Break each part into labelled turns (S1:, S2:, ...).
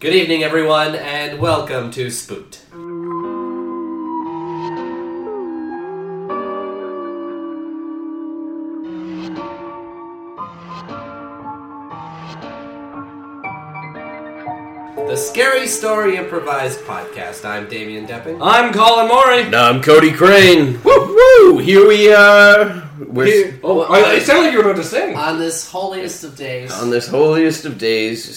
S1: Good evening, everyone, and welcome to Spooked. The Scary Story Improvised Podcast. I'm Damian Depping.
S2: I'm Colin Murray.
S3: No, I'm Cody Crane. Woo woo! Here we are. We're
S2: Oh, I, it sounded like you were about to sing.
S1: On this holiest of days,
S3: uh, on this holiest of days,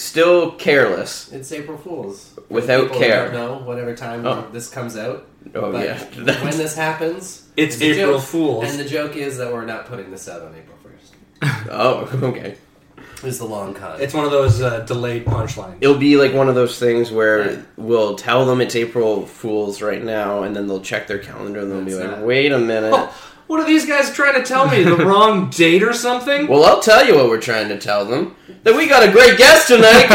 S3: still careless,
S1: it's April Fool's.
S3: without
S1: People don't
S3: care.
S1: know whatever time
S3: Oh.
S1: this comes out.
S3: Oh
S1: But
S3: yeah,
S1: when this happens,
S2: It's
S1: a
S2: April
S1: joke.
S2: Fool's.
S1: and the joke is that we're not putting this out on April first.
S3: oh okay.
S1: Is the long con?
S2: It's one of those uh, delayed punchlines.
S3: It'll be like one of those things where we'll tell them it's April Fools right now, and then they'll check their calendar and they'll be
S1: That's
S3: like,
S1: not-
S3: "Wait a minute."
S2: What are these guys trying to Oh, tell me? The wrong date or something?
S3: Well, I'll tell you what we're trying to tell them. That we got a great guest tonight,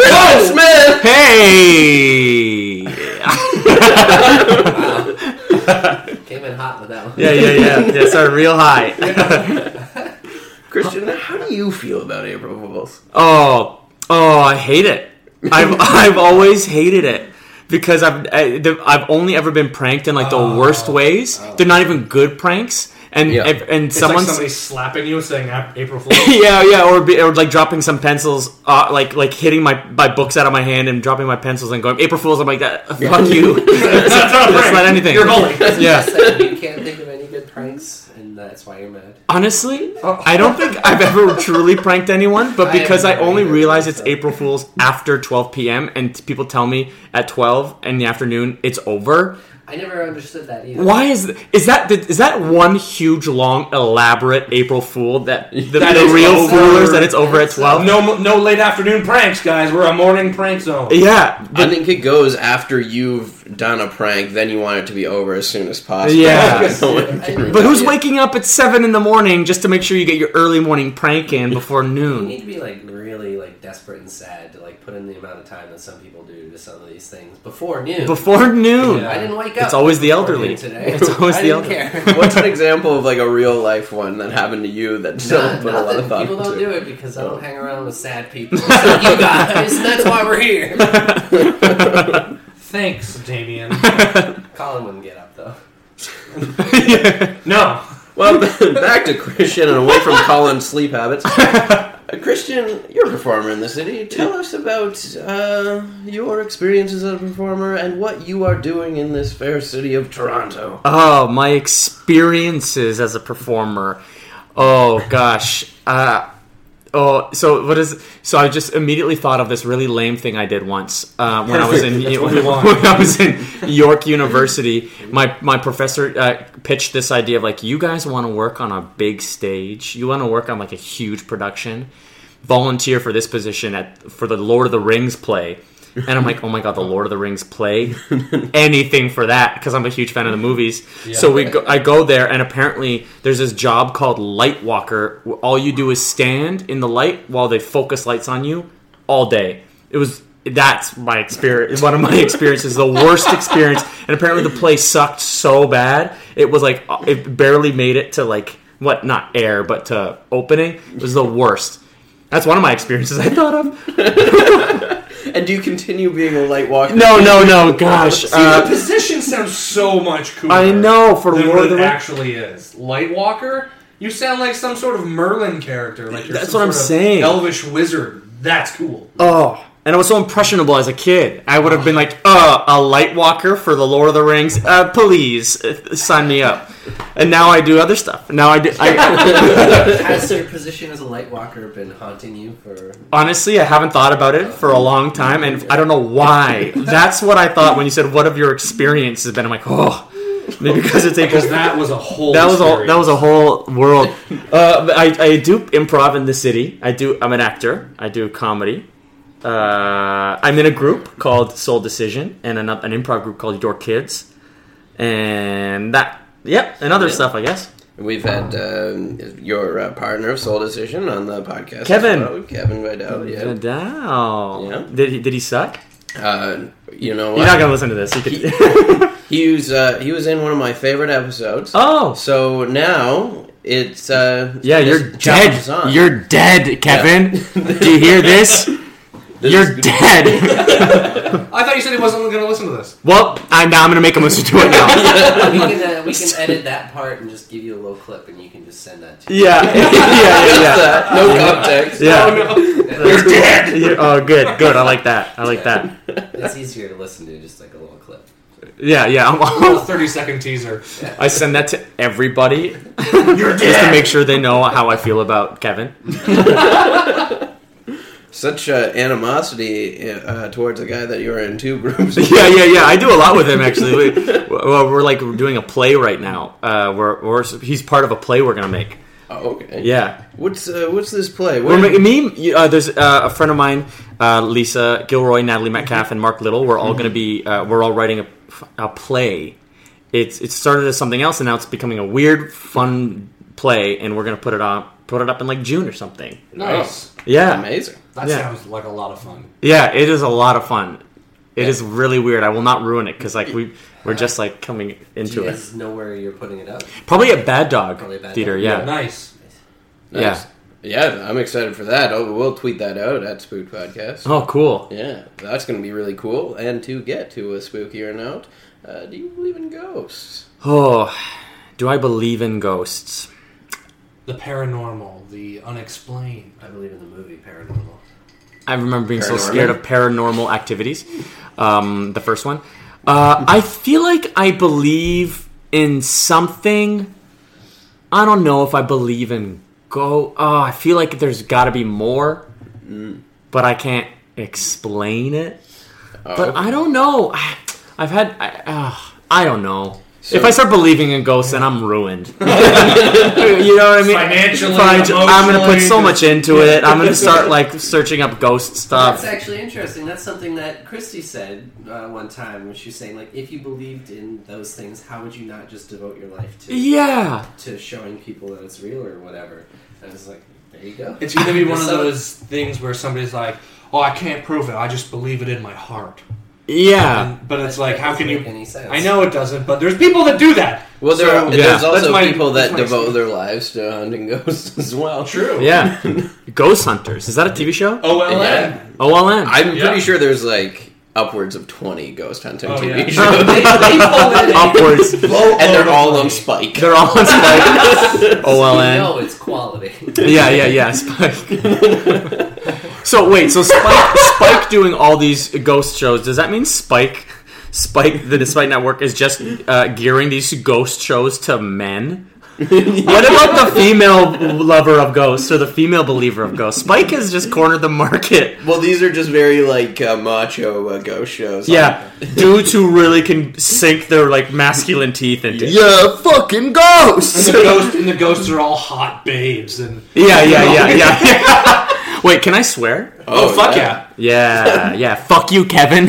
S3: Colin Smith.
S4: Hey!
S1: came in hot with that one.
S4: yeah, yeah, yeah. That's our real high.
S3: Christian, how do you feel about April Fools?
S4: oh, oh, I hate it. I've I've always hated it because I've I, the, I've only ever been pranked in like the
S2: Oh,
S4: worst ways. They're not even good pranks, and
S3: Yeah.
S4: if- and
S2: it's like
S4: someone's.
S2: somebody slapping you saying "Ap- April Fool's.
S4: yeah, yeah, or, be, or like dropping some pencils, uh, like like hitting my, my books out of my hand and dropping my pencils and going April Fools. I'm like that. Fuck you. that's,
S2: That's not a prank.
S4: not anything.
S2: You're bullying.
S4: Yeah.
S1: Just that you can't think of any good pranks, and that's why you're mad.
S4: Honestly,
S2: Oh.
S4: I don't think I've ever truly pranked anyone, but
S1: I
S4: because I,
S1: haven't
S4: only
S1: either,
S4: realize it's
S1: so.
S4: April Fool's after 12 p.m. and t- people tell me at 12 in the afternoon it's over.
S1: I never understood that either.
S4: Why is th- is that th- is that one huge long elaborate April Fool that the,
S2: That
S4: the
S2: it's
S4: real
S2: over.
S4: foolers that it's over at 12?
S2: No, no late afternoon pranks, guys. We're a morning prank zone.
S4: Yeah,
S3: I think it goes after you've done a prank, then you want it to be over as soon as possible.
S4: Yeah.
S3: No one can
S1: But
S4: but who's
S3: relate.
S4: waking up at seven in the morning just to make sure you get your early morning prank in before
S1: You
S4: noon?
S1: need to be like really like desperate and sad to like put in the amount of time that some people do to some of these things before noon.
S4: Before noon.
S1: I didn't wake up.
S4: It's always the
S1: before
S4: elderly.
S1: noon today.
S4: It's always
S1: I
S4: the
S1: didn't
S4: elderly.
S1: Care.
S3: What's an example of like a real life one that happened to you that still
S1: Not,
S3: put a lot of
S1: nothing.
S3: thought
S1: People don't
S3: into? Oh.
S1: do it because I
S4: Oh.
S1: don't hang around with sad people. It's like you guys, and that's why we're here.
S2: Thanks, Damien.
S1: Colin wouldn't get up though.
S2: no.
S3: Well, back to Christian and away from Colin's sleep habits. Uh, Christian, you're a performer in the city. Tell us about uh, your experiences as a performer and what you are doing in this fair city of Toronto.
S4: Oh, my experiences as a performer. Oh gosh. Uh, oh, so what is? So I just immediately thought of this really lame thing I did once uh, when I was in
S2: Perfect. That's what we
S4: when,
S2: want.
S4: I was in York University. My my professor uh, pitched this idea of like, you guys want to work on a big stage. You want to work on like a huge production. Volunteer for this position at for the Lord of the Rings play. And I'm like, oh my god, the Lord of the Rings play anything for that because I'm a huge fan of the movies. So we go, I go there, and apparently there's this job called light walker. Where all you do is stand in the light while they focus lights on you all day. It was that's my experience. One of my experiences, the worst experience. And apparently the play sucked so bad it was like uh, it barely made it to like what not air but to opening. It was the worst. That's one of my experiences I thought of.
S3: And do you continue being a light walker?
S4: No, no, no, gosh.
S3: See,
S4: Uh,
S2: the position sounds so much cooler.
S4: I know for
S2: than
S4: Lord
S2: what
S4: of the
S2: it
S4: Rings.
S2: actually is. Light walker. You sound like some sort of Merlin character. Like you're
S4: That's
S2: some
S4: what I'm
S2: sort of
S4: saying.
S2: Elvish wizard. That's cool.
S4: Oh, and I was so impressionable as a kid. I would have been like, uh, a light walker for the Lord of the Rings. Uh, please uh, sign me up. And now I do other stuff. Now I do. I,
S1: Has your position as a light walker been haunting you for?
S4: honestly, I haven't thought about it for a long time, and I don't know why. That's what I thought when you said, "What have your experiences been?" I'm like, oh, maybe because it's April.
S2: Because that was a whole.
S4: That was a
S2: experience.
S4: that was a whole world. Uh, but I I do improv in the city. I do. I'm an actor. I do comedy. Uh, I'm in a group called Soul Decision and an, an improv group called Your Kids, and that yep and other stuff I guess.
S3: We've had um, your uh, partner of Soul Decision on the podcast, as
S4: Kevin.
S3: well, Kevin Vidal. Yeah,
S4: Down.
S3: Yeah.
S4: Did he did he suck?
S3: uh, you know what?
S4: You're not gonna listen to this. You could-
S3: he was uh, he was in one of my favorite episodes.
S4: oh
S3: So now it's uh,
S4: yeah,
S3: this
S4: you're
S3: jumps
S4: dead.
S3: on.
S4: You're dead, Kevin. do you hear this?
S3: This
S4: you're
S3: is-
S4: dead.
S2: you said he wasn't going to listen to this.
S4: Well, I, now I'm gonna make him listen to it now.
S1: we can, uh, we can edit that part and just give you a little clip, and you can just send that to.
S4: yeah, yeah, yeah, yeah.
S3: Uh, no context.
S4: Yeah.
S1: It's,
S4: Yeah, Oh, good, good. I like that. I like that.
S1: it's easier to listen to just like a little clip.
S4: Yeah, yeah.
S2: Little
S4: I'm,
S2: thirty second teaser.
S4: I send that to everybody just to make sure they know how I feel about Kevin.
S3: Such uh, animosity uh, towards a guy that you were in two groups. with.
S4: Yeah, yeah, yeah. I do a lot with him actually. We, well, we're like doing a play right now. Uh, we're, we're he's part of a play we're gonna make.
S3: Oh, okay.
S4: Yeah.
S3: What's uh, what's this play?
S4: We're
S3: What-
S4: ma- me, you- uh, there's uh, a friend of mine, uh, Lisa Gilroy, Natalie Metcalf, and Mark Little. We're all going to be, uh, we're all writing a, a play. It's it started as something else, and now it's becoming a weird, fun play, and we're going to put it on, put it up in like June or something. Oh.
S2: Nice.
S4: Yeah,
S3: amazing.
S2: That
S4: Yeah.
S2: sounds like a lot of fun.
S4: yeah, it is a lot of fun. It is really weird. I will not ruin it because like we we're just like coming
S1: Do
S4: into
S1: you
S4: it.
S1: guys know where you're putting it up?
S4: Probably a Bad Dog
S1: Probably a Bad
S4: Theater.
S1: Dog.
S4: Yeah,
S2: Nice.
S4: yeah.
S3: Yeah, I'm excited for that. Oh, we'll tweet that out at Spook Podcast.
S4: Oh, cool.
S3: Yeah, that's going to be really cool. And to get to a spookier note, uh, do you believe in ghosts?
S4: Oh, do I believe in ghosts?
S2: The paranormal, the unexplained.
S1: I believe in the movie Paranormal.
S4: I remember being so
S3: Paranormal.
S4: scared of paranormal activities. Um, the first one. Uh, I feel like I believe in something. I don't know if I believe in go. Oh, I feel like there's got to be more, but I can't explain it. But I don't know. I've had. I, uh, I don't know. if I start believing in ghosts, then I'm ruined. you know what I mean?
S2: Financially,
S4: Finan- I'm going to put so
S2: emotionally,
S4: much into it. I'm going to start like searching up ghost stuff.
S1: That's actually interesting. That's something that Christy said uh, one time when she was saying, like, if you believed in those things, how would you not just devote your life to
S4: Yeah.
S1: to showing people that it's real or whatever? And I was like, there you go.
S2: It's gonna be one of
S1: So-
S2: those things where somebody's like, "Oh, I can't prove it. I just believe it in my heart."
S4: Yeah.
S2: And, but it's
S1: That
S2: like, how
S1: doesn't
S2: can you?
S1: make any sense.
S2: I know it doesn't, but there's people that do that.
S3: Well, there
S2: So-
S3: are,
S4: yeah.
S3: there's also
S2: That's my-
S3: people
S2: that's
S3: that
S2: my
S3: devote
S2: experience.
S3: their lives to hunting ghosts as well.
S2: True.
S4: Yeah. Ghost Hunters. Is that a TV show?
S2: OLN.
S3: Yeah.
S4: OLN.
S3: I'm
S2: Yeah.
S3: pretty sure there's like upwards of 20 ghost hunting
S2: Oh,
S3: TV
S2: yeah.
S3: shows,
S1: They- they pull it in.
S4: Upwards.
S3: and they're all on Spike.
S4: They're all on Spike.
S1: You
S4: OLN.
S1: know oh, it's quality.
S4: Yeah, yeah, yeah. Spike. so wait, so Spike, Spike doing all these ghost shows. Does that mean Spike, Spike, the Spike Network is just uh, gearing these ghost shows to men? What about the female lover of ghosts or the female believer of ghosts? Spike has just cornered the market.
S3: Well, these are just very like uh, macho uh, ghost shows.
S4: Yeah, dudes who really can sink their like masculine teeth into. Yeah, fucking
S2: And
S4: ghosts.
S2: the, ghost, and the ghosts are all hot babes, and
S4: yeah, yeah, yeah, yeah. Wait, can I swear?
S2: oh, fuck yeah,
S4: Yeah, yeah. Fuck you, Kevin.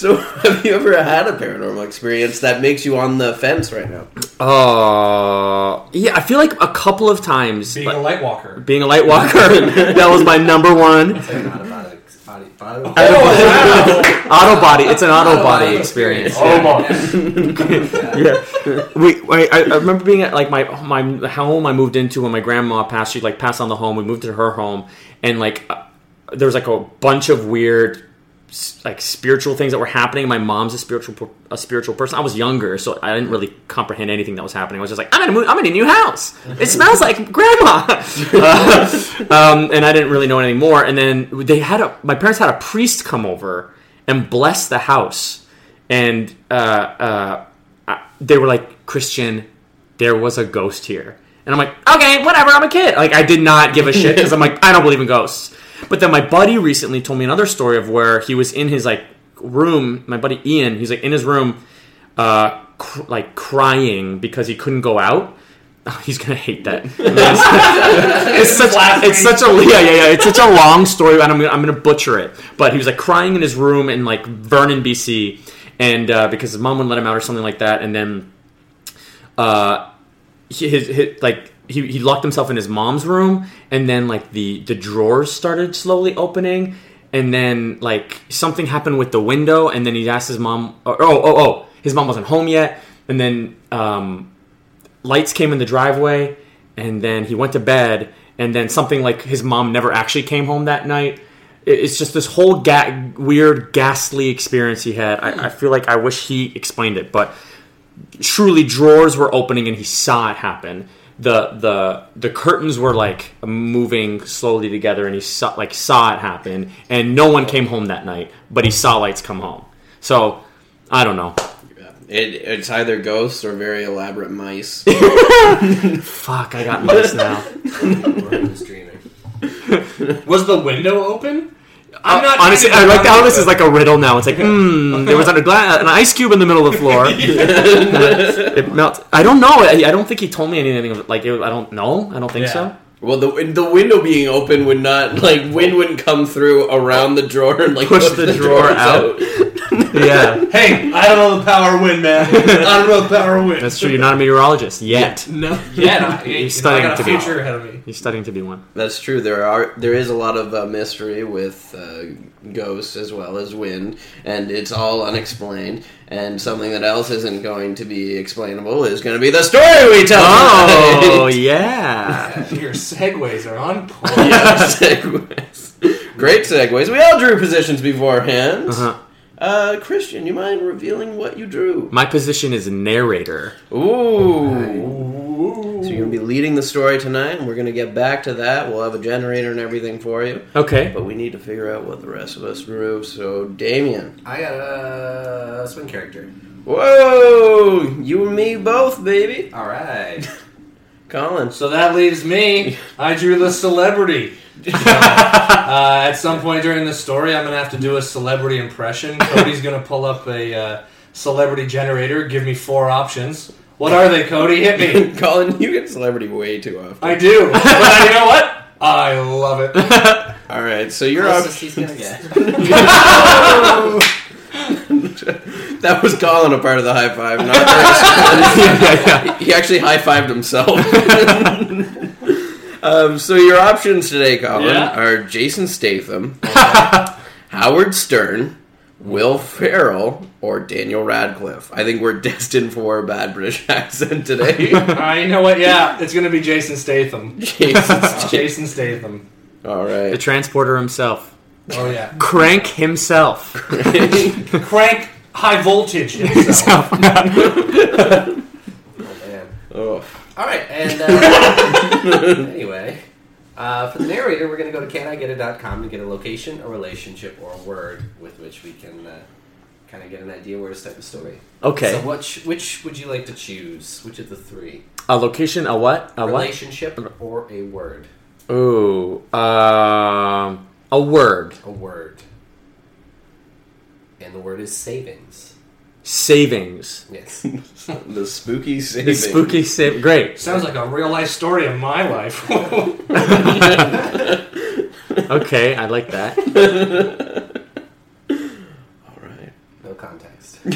S3: So, have you ever had a paranormal experience that makes you on the fence right now?
S4: Oh, yeah. I feel like a couple of times
S2: being
S4: like,
S2: a light walker.
S4: being a light walker that was my number one
S1: It's not about a body, body,
S4: auto body. It's an auto
S1: Auto
S4: body
S1: body
S4: experience.
S2: Almost.
S4: yeah. We, I, I remember being at like my my home I moved into when my grandma passed. She like passed on the home. We moved to her home, and like uh, there was like a bunch of weird s- like spiritual things that were happening. My mom's a spiritual per- a spiritual person. I was younger, so I didn't really comprehend anything that was happening. I was just like, I'm in a, mo- I'm in a new house. It smells like grandma, Uh, um, and I didn't really know anything more. And then they had a my parents had a priest come over and bless the house, and uh, uh, I, they were like, Christian, there was a ghost here. And I'm like, okay, whatever, I'm a kid. Like, I did not give a shit because I'm like, I don't believe in ghosts. But then my buddy recently told me another story of where he was in his, like, room. My buddy Ian, he's like in his room, uh, cr- like, crying because he couldn't go out. Oh, he's gonna hate that. it's such, it's such a yeah, yeah, yeah. It's such a long story, and I'm gonna, I'm gonna butcher it. But he was like crying in his room in like Vernon, BC, and uh, because his mom wouldn't let him out or something like that, and then uh, he- his, his like he, he locked himself in his mom's room and then like the the drawers started slowly opening and then like something happened with the window and then he asked his mom oh oh oh, oh his mom wasn't home yet and then um, lights came in the driveway and then he went to bed and then something like his mom never actually came home that night it- it's just this whole ga- weird, ghastly experience he had. I, I feel like I wish he explained it, but truly drawers were opening and he saw it happen. The the the curtains were like moving slowly together and he saw like saw it happen and no one came home that night, but he saw lights come home. So I don't know.
S3: It, it's either ghosts or very elaborate mice.
S4: Fuck, I got this now.
S1: or he was dreaming.
S2: Was the window open? I'm not
S4: Uh, honestly. I
S2: trying to-
S4: like how this is like a riddle now. It's like, hmm, there was a gla- an ice cube in the middle of the floor. it melts. I don't know. I, I don't think he told me anything of it. Like, it, I don't know. I don't think
S2: Yeah.
S4: so.
S3: well, the the window being open would not like wind wouldn't come through around the drawer and like
S4: Push the drawer
S3: drawers
S4: out. Yeah,
S2: Hey, I don't know the power of wind, man. I don't know the power of wind.
S4: that's true. You're not a meteorologist yet.
S2: No, yeah, I,
S4: He's
S2: I
S4: studying
S2: got
S4: to
S2: a
S4: be.
S2: future ahead of me.
S4: You're studying to be one.
S3: That's true. There are there is a lot of uh, mystery with uh, ghosts as well as wind, and it's all unexplained. And something that else isn't going to be explainable is going to be the story we tell.
S4: Oh yeah.
S2: Your segues are on point.
S3: tonight. yeah, segues. Great segues. We all drew positions beforehand.
S4: Uh-huh.
S3: Uh, Christian, you mind revealing what you drew?
S4: My position is narrator.
S3: Ooh.
S2: Ooh.
S3: So you're going to be leading the story tonight, and we're going to get back to that. We'll have a generator and everything for you.
S4: Okay.
S3: But we need to figure out what the rest of us drew. So, Damien.
S1: I got a swing character.
S3: Whoa! You and me both, baby.
S1: All right.
S3: Colin.
S2: So that leaves me. I drew the celebrity. uh, at some point during the story, I'm gonna have to do a celebrity impression. Cody's gonna pull up a uh, celebrity generator. Give me four options. What are they, Cody? Hit me.
S3: Colin, you get celebrity way too often.
S2: I do. But I- you know what? I love it.
S3: All right, so you're up.
S1: Closest he's gonna get.
S3: That was Colin a part of the high five. Not Chris. he actually high fived himself. um, so your options today, Colin,
S2: Yeah.
S3: are Jason Statham, Howard Stern, Will Ferrell, or Daniel Radcliffe. I think we're destined for a bad British accent today.
S2: Uh, you know what? Yeah, it's gonna be Jason Statham. Uh,
S3: Jason Statham.
S2: Jason Statham.
S3: All
S4: The
S3: right.
S4: transporter himself.
S2: Oh yeah.
S4: Crank himself.
S2: Crank high voltage. himself.
S1: Oh man.
S3: oh.
S1: All right, and uh, anyway, uh, for the narrator, we're going to go to canigetit.com to get a location, a relationship, or a word with which we can uh, kind of get an idea where to start the story. So,
S4: Okay.
S1: which which would you like to choose? Which of the three?
S4: A location. A what? A what?
S1: relationship or a word?
S4: Ooh, um, a word.
S1: A word. And the word is savings.
S4: Savings.
S1: Yes.
S3: The spooky
S4: The
S3: saving.
S4: spooky save. Great.
S2: Sounds like a real life story of my life.
S4: Okay, I like that.
S3: All right.
S1: No context.
S3: I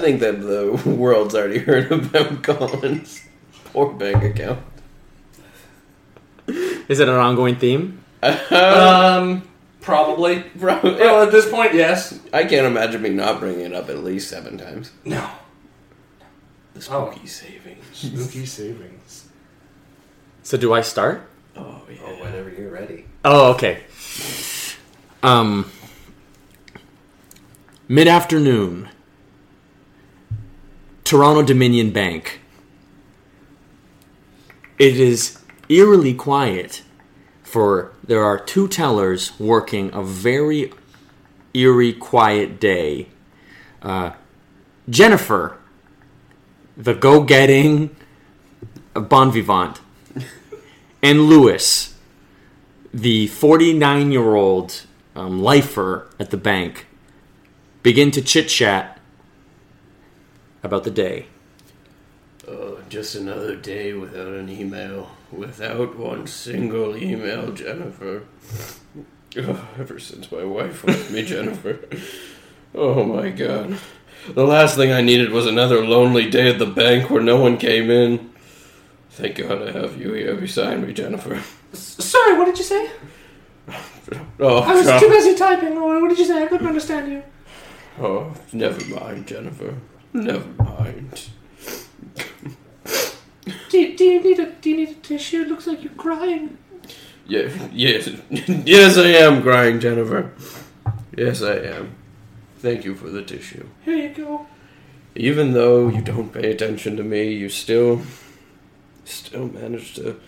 S3: think that the world's already heard about Colin's poor bank account.
S4: Is it an ongoing theme?
S3: Uh,
S2: um, probably.
S3: bro,
S2: Well, at this point, yes.
S3: I can't imagine me not bringing it up at least seven times.
S2: No.
S3: The
S2: Oh.
S3: spooky savings.
S2: Spooky savings.
S4: So do I start?
S3: Oh yeah.
S1: or whenever you're ready.
S4: Oh, okay. Um, mid afternoon. Toronto Dominion Bank. It is eerily quiet, for there are two tellers working a very eerie, quiet day. Uh, Jennifer, the go getting bon vivant, and Lewis the 49 year old um, lifer at the bank begin to chit chat about the day.
S3: Oh, just another day without an email. Without one single email, Jennifer. Oh, ever since my wife left me, Jennifer. Oh my god. The last thing I needed was another lonely day at the bank where no one came in. Thank god I have you here beside me, Jennifer.
S2: Sorry, what did you say?
S3: Oh,
S2: I was
S3: God.
S2: too busy typing. What what did you say? I couldn't understand you.
S3: oh never mind, Jennifer. Never mind.
S2: Do, do you need a Do you need a tissue? It looks like you're crying.
S5: Yeah, yes, yes, I am crying, Jennifer. Yes, I am. Thank you for the tissue.
S6: Here you go.
S5: Even though you don't pay attention to me, you still, still manage to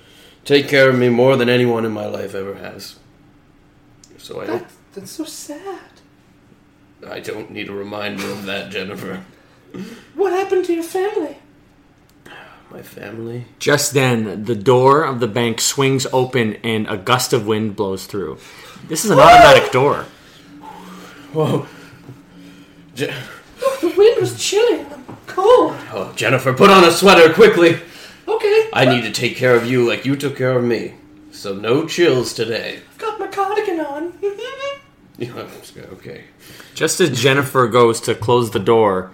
S5: take care of me more than anyone in my life ever has. So I don't,
S6: That's so sad.
S5: I don't need a reminder of that, Jennifer.
S6: What happened to your family?
S5: My family.
S4: Just then, the door of the bank swings open and a gust of wind blows through. This is an automatic door.
S5: Whoa, Je-
S6: Oh, The wind was chilling. I'm cold.
S5: oh, Jennifer, put on a sweater quickly.
S6: Okay,
S5: I need to take care of you like you took care of me. So no chills today.
S6: got my cardigan on.
S5: okay.
S4: Just as Jennifer goes to close the door,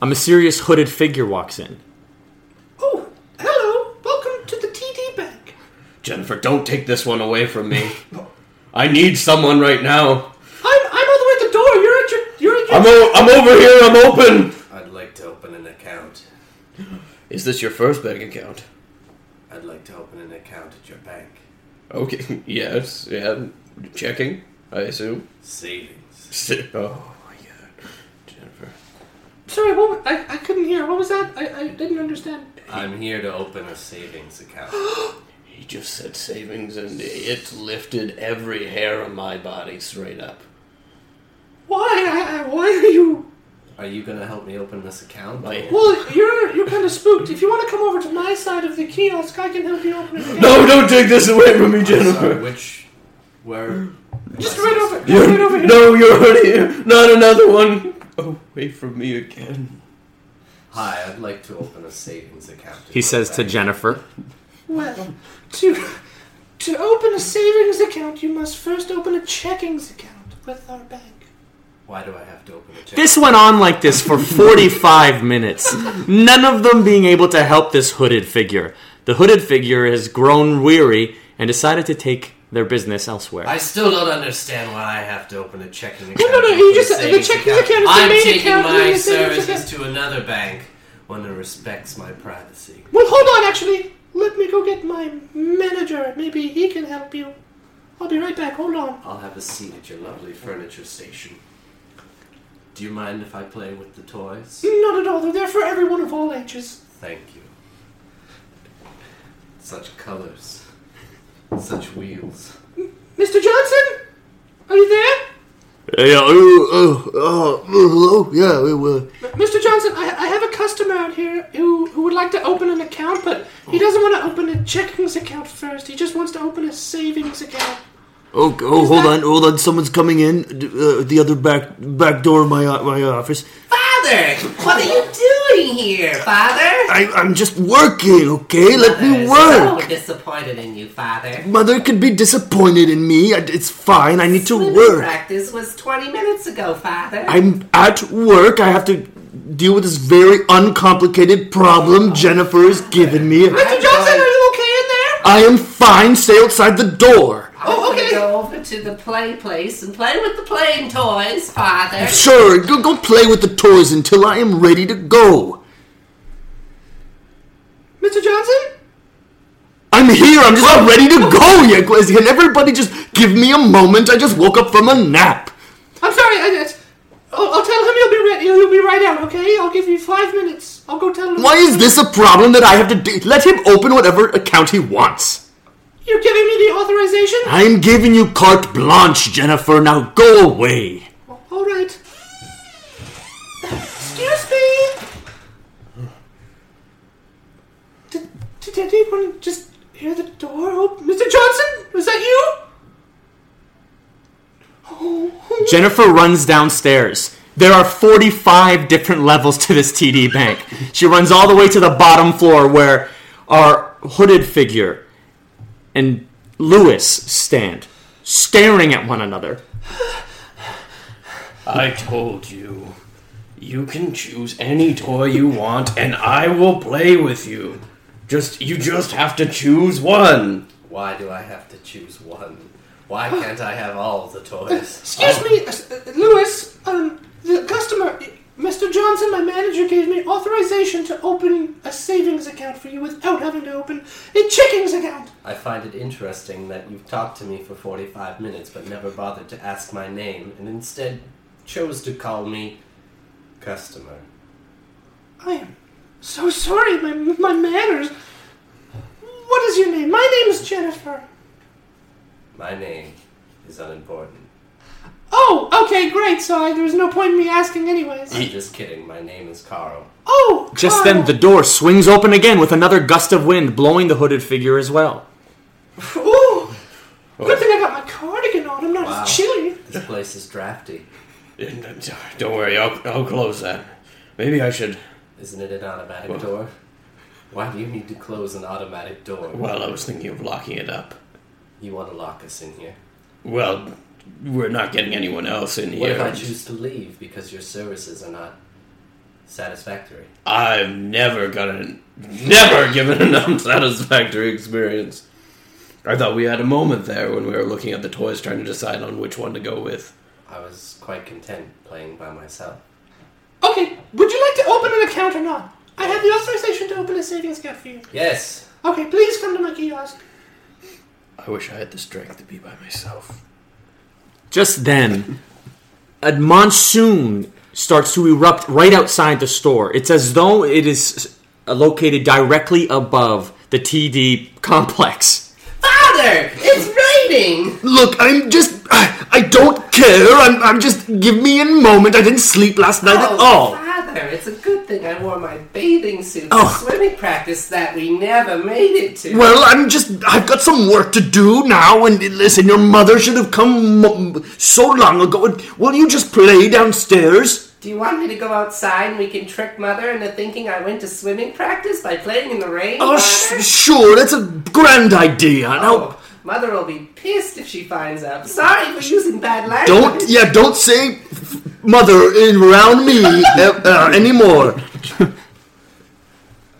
S4: a mysterious hooded figure walks in.
S6: oh, hello. Welcome to the TD Bank.
S5: Jennifer, don't take this one away from me. I need someone right now.
S6: I'm, I'm all the way at the door. You're at your. You're at your.
S5: I'm, o- I'm over here, I'm open!
S1: I'd like to open an account.
S5: Is this your first bank account?
S1: I'd like to open an account at your bank.
S5: Okay, yes, yeah. Checking, I assume.
S1: Savings.
S5: Oh my god. Jennifer.
S6: Sorry, what? wa- I, I couldn't hear. What was that? I, I didn't understand.
S1: I'm here to open a savings account.
S5: He just said savings and it lifted every hair on my body straight up.
S6: Why? I, I, why are you?
S1: Are you gonna help me open this account?
S5: My-
S6: Well, you're you're kind of spooked. If you want to come over to my side of the kiosk, I can help you open it.
S5: No, don't take this away from me,
S1: Sorry,
S5: Jennifer!
S1: which? Where?
S6: just right over. Just
S5: You're-
S6: right over here.
S5: no, you're already here! Not another one! Away from Oh, me again.
S1: Hi, I'd like to open a savings account. at
S4: He
S1: your
S4: says to
S1: bank.
S4: Jennifer,
S6: Well, to to open a savings account, you must first open a checkings account with our bank.
S1: "Why do I have to open a check?"
S4: This went on like this for 45 minutes, none of them being able to help this hooded figure. The hooded figure has grown weary and decided to take their business elsewhere.
S1: I still don't understand why I have to open a checking account.
S6: no,
S1: and
S6: you
S1: open a
S6: just- the
S1: savings
S6: checking account is the
S1: I'm
S6: main
S1: taking
S6: account, you
S1: my
S6: need a savings
S1: services to another bank, one that respects my privacy.
S6: Well, hold on. Actually, let me go get my manager. Maybe he can help you. I'll be right back. Hold on.
S1: I'll have a seat at your lovely furniture station. Do you mind if I play with the toys?
S6: Not at all. They're there for everyone of all ages.
S1: Thank you. Such colors, such wheels.
S6: Mr. Johnson, are you there?
S4: Yeah, oh, oh, oh, yeah,
S6: Mr. Johnson, I, I have a customer out here who, who would like to open an account, but he doesn't want to open a checkings account first. He just wants to open a savings account.
S7: Oh, oh,
S6: hold
S7: hold
S6: on,
S7: on, hold on. Someone's coming in uh, the other back back door of my uh, my office.
S1: Father, what are you doing here, Father?
S7: I, I'm just working, okay? Let me work.
S1: disappointed in you, Father.
S7: Mother could be disappointed in me. I- It's fine. I need to work.
S1: practice was 20 minutes ago, Father.
S7: I'm at work. I have to deal with this very uncomplicated problem Jennifer has given me.
S1: I'm
S6: Mr. Johnson,
S1: going-
S6: are you okay in there?
S7: I am fine. Stay outside the door.
S6: Oh,
S1: I'm gonna
S6: okay.
S1: Go over to the play place and play with the playing toys, Father.
S7: Sure, go, go play with the toys until I am ready to go.
S6: Mr. Johnson?
S7: I'm here. I'm just not ready to go yet, Glazy. Can everybody just give me a moment? I just woke up from a nap.
S6: I'm sorry, I just. I'll, I'll tell him you'll be ready. You'll be right out, okay? I'll give you five minutes. I'll go tell him.
S7: Why is this a problem that I have to do? Let him open whatever account he wants.
S6: You're giving me the authorization?
S7: I'm giving you carte blanche, Jennifer. Now go away.
S6: All right. Excuse me. Did, did anyone just hear the door open? Mr. Johnson, was that you? Oh,
S4: Jennifer runs downstairs. There are 45 different levels to this TD bank. She runs all the way to the bottom floor where our hooded figure and Lewis stand, staring at one another.
S5: I told you. You can choose any toy you want and I will play with you. Just you just have to choose one.
S1: Why do I have to choose one? Why can't I have all the toys?
S6: excuse me, uh, Lewis. Um, the customer, Mr. Johnson, my manager gave me authorization to open a savings account for you without having to open a checkings account.
S1: I find it interesting that you've talked to me for 45 minutes but never bothered to ask my name and instead chose to call me customer.
S6: I am so sorry, my, my manners. What is your name? My name is Jennifer.
S1: My name is unimportant.
S6: Oh, okay, great. So I, there was no point in me asking, anyways.
S1: I'm just kidding. My name is Carl.
S6: Oh,
S4: Just
S6: Carl.
S4: then, the door swings open again with another gust of wind blowing the hooded figure as well.
S6: Ooh, good thing I got my cardigan on. I'm not
S1: Wow.
S6: as chilly.
S1: This place is drafty.
S5: Don't worry, I'll, I'll close that. Maybe I should.
S1: Isn't it an automatic door? Why do you need to close an automatic door?
S5: Well, I was thinking of locking it up.
S1: You want to lock us in here?
S5: Well, we're not getting anyone else in
S1: What
S5: here.
S1: if I choose to leave because your services are not satisfactory?
S5: I've never gotten, never given an unsatisfactory experience. I thought we had a moment there when we were looking at the toys, trying to decide on which one to go with.
S1: I was quite content playing by myself.
S6: Okay, would you like to open an account or not? I have the authorization to open a savings account for you.
S1: Yes!
S6: Okay, please come to my kiosk.
S5: I wish I had the strength to be by myself.
S4: Just then, a monsoon starts to erupt right outside the store. It's as though it is uh, located directly above the TD complex.
S1: Father! It's raining!
S7: Look, I'm just. I don't care. I'm, I'm just. Give me a moment. I didn't sleep last night
S8: Oh,
S7: at all.
S1: Oh, Father, it's a good thing I wore my bathing suit for
S7: Oh.
S1: swimming practice that we never made it to.
S7: Well, I'm just. I've got some work to do now, and listen, your mother should have come m- so long ago. And Will you just play downstairs?
S1: Do you want me to go outside and we can trick Mother into thinking I went to swimming practice by playing in the rain?
S7: Oh,
S1: Father?
S7: sh- sure, that's a grand idea. Now,
S1: Oh, Mother will be pissed if she finds out. Sorry for using bad language.
S7: don't. Yeah, don't say f- mother in- around me uh, uh, anymore.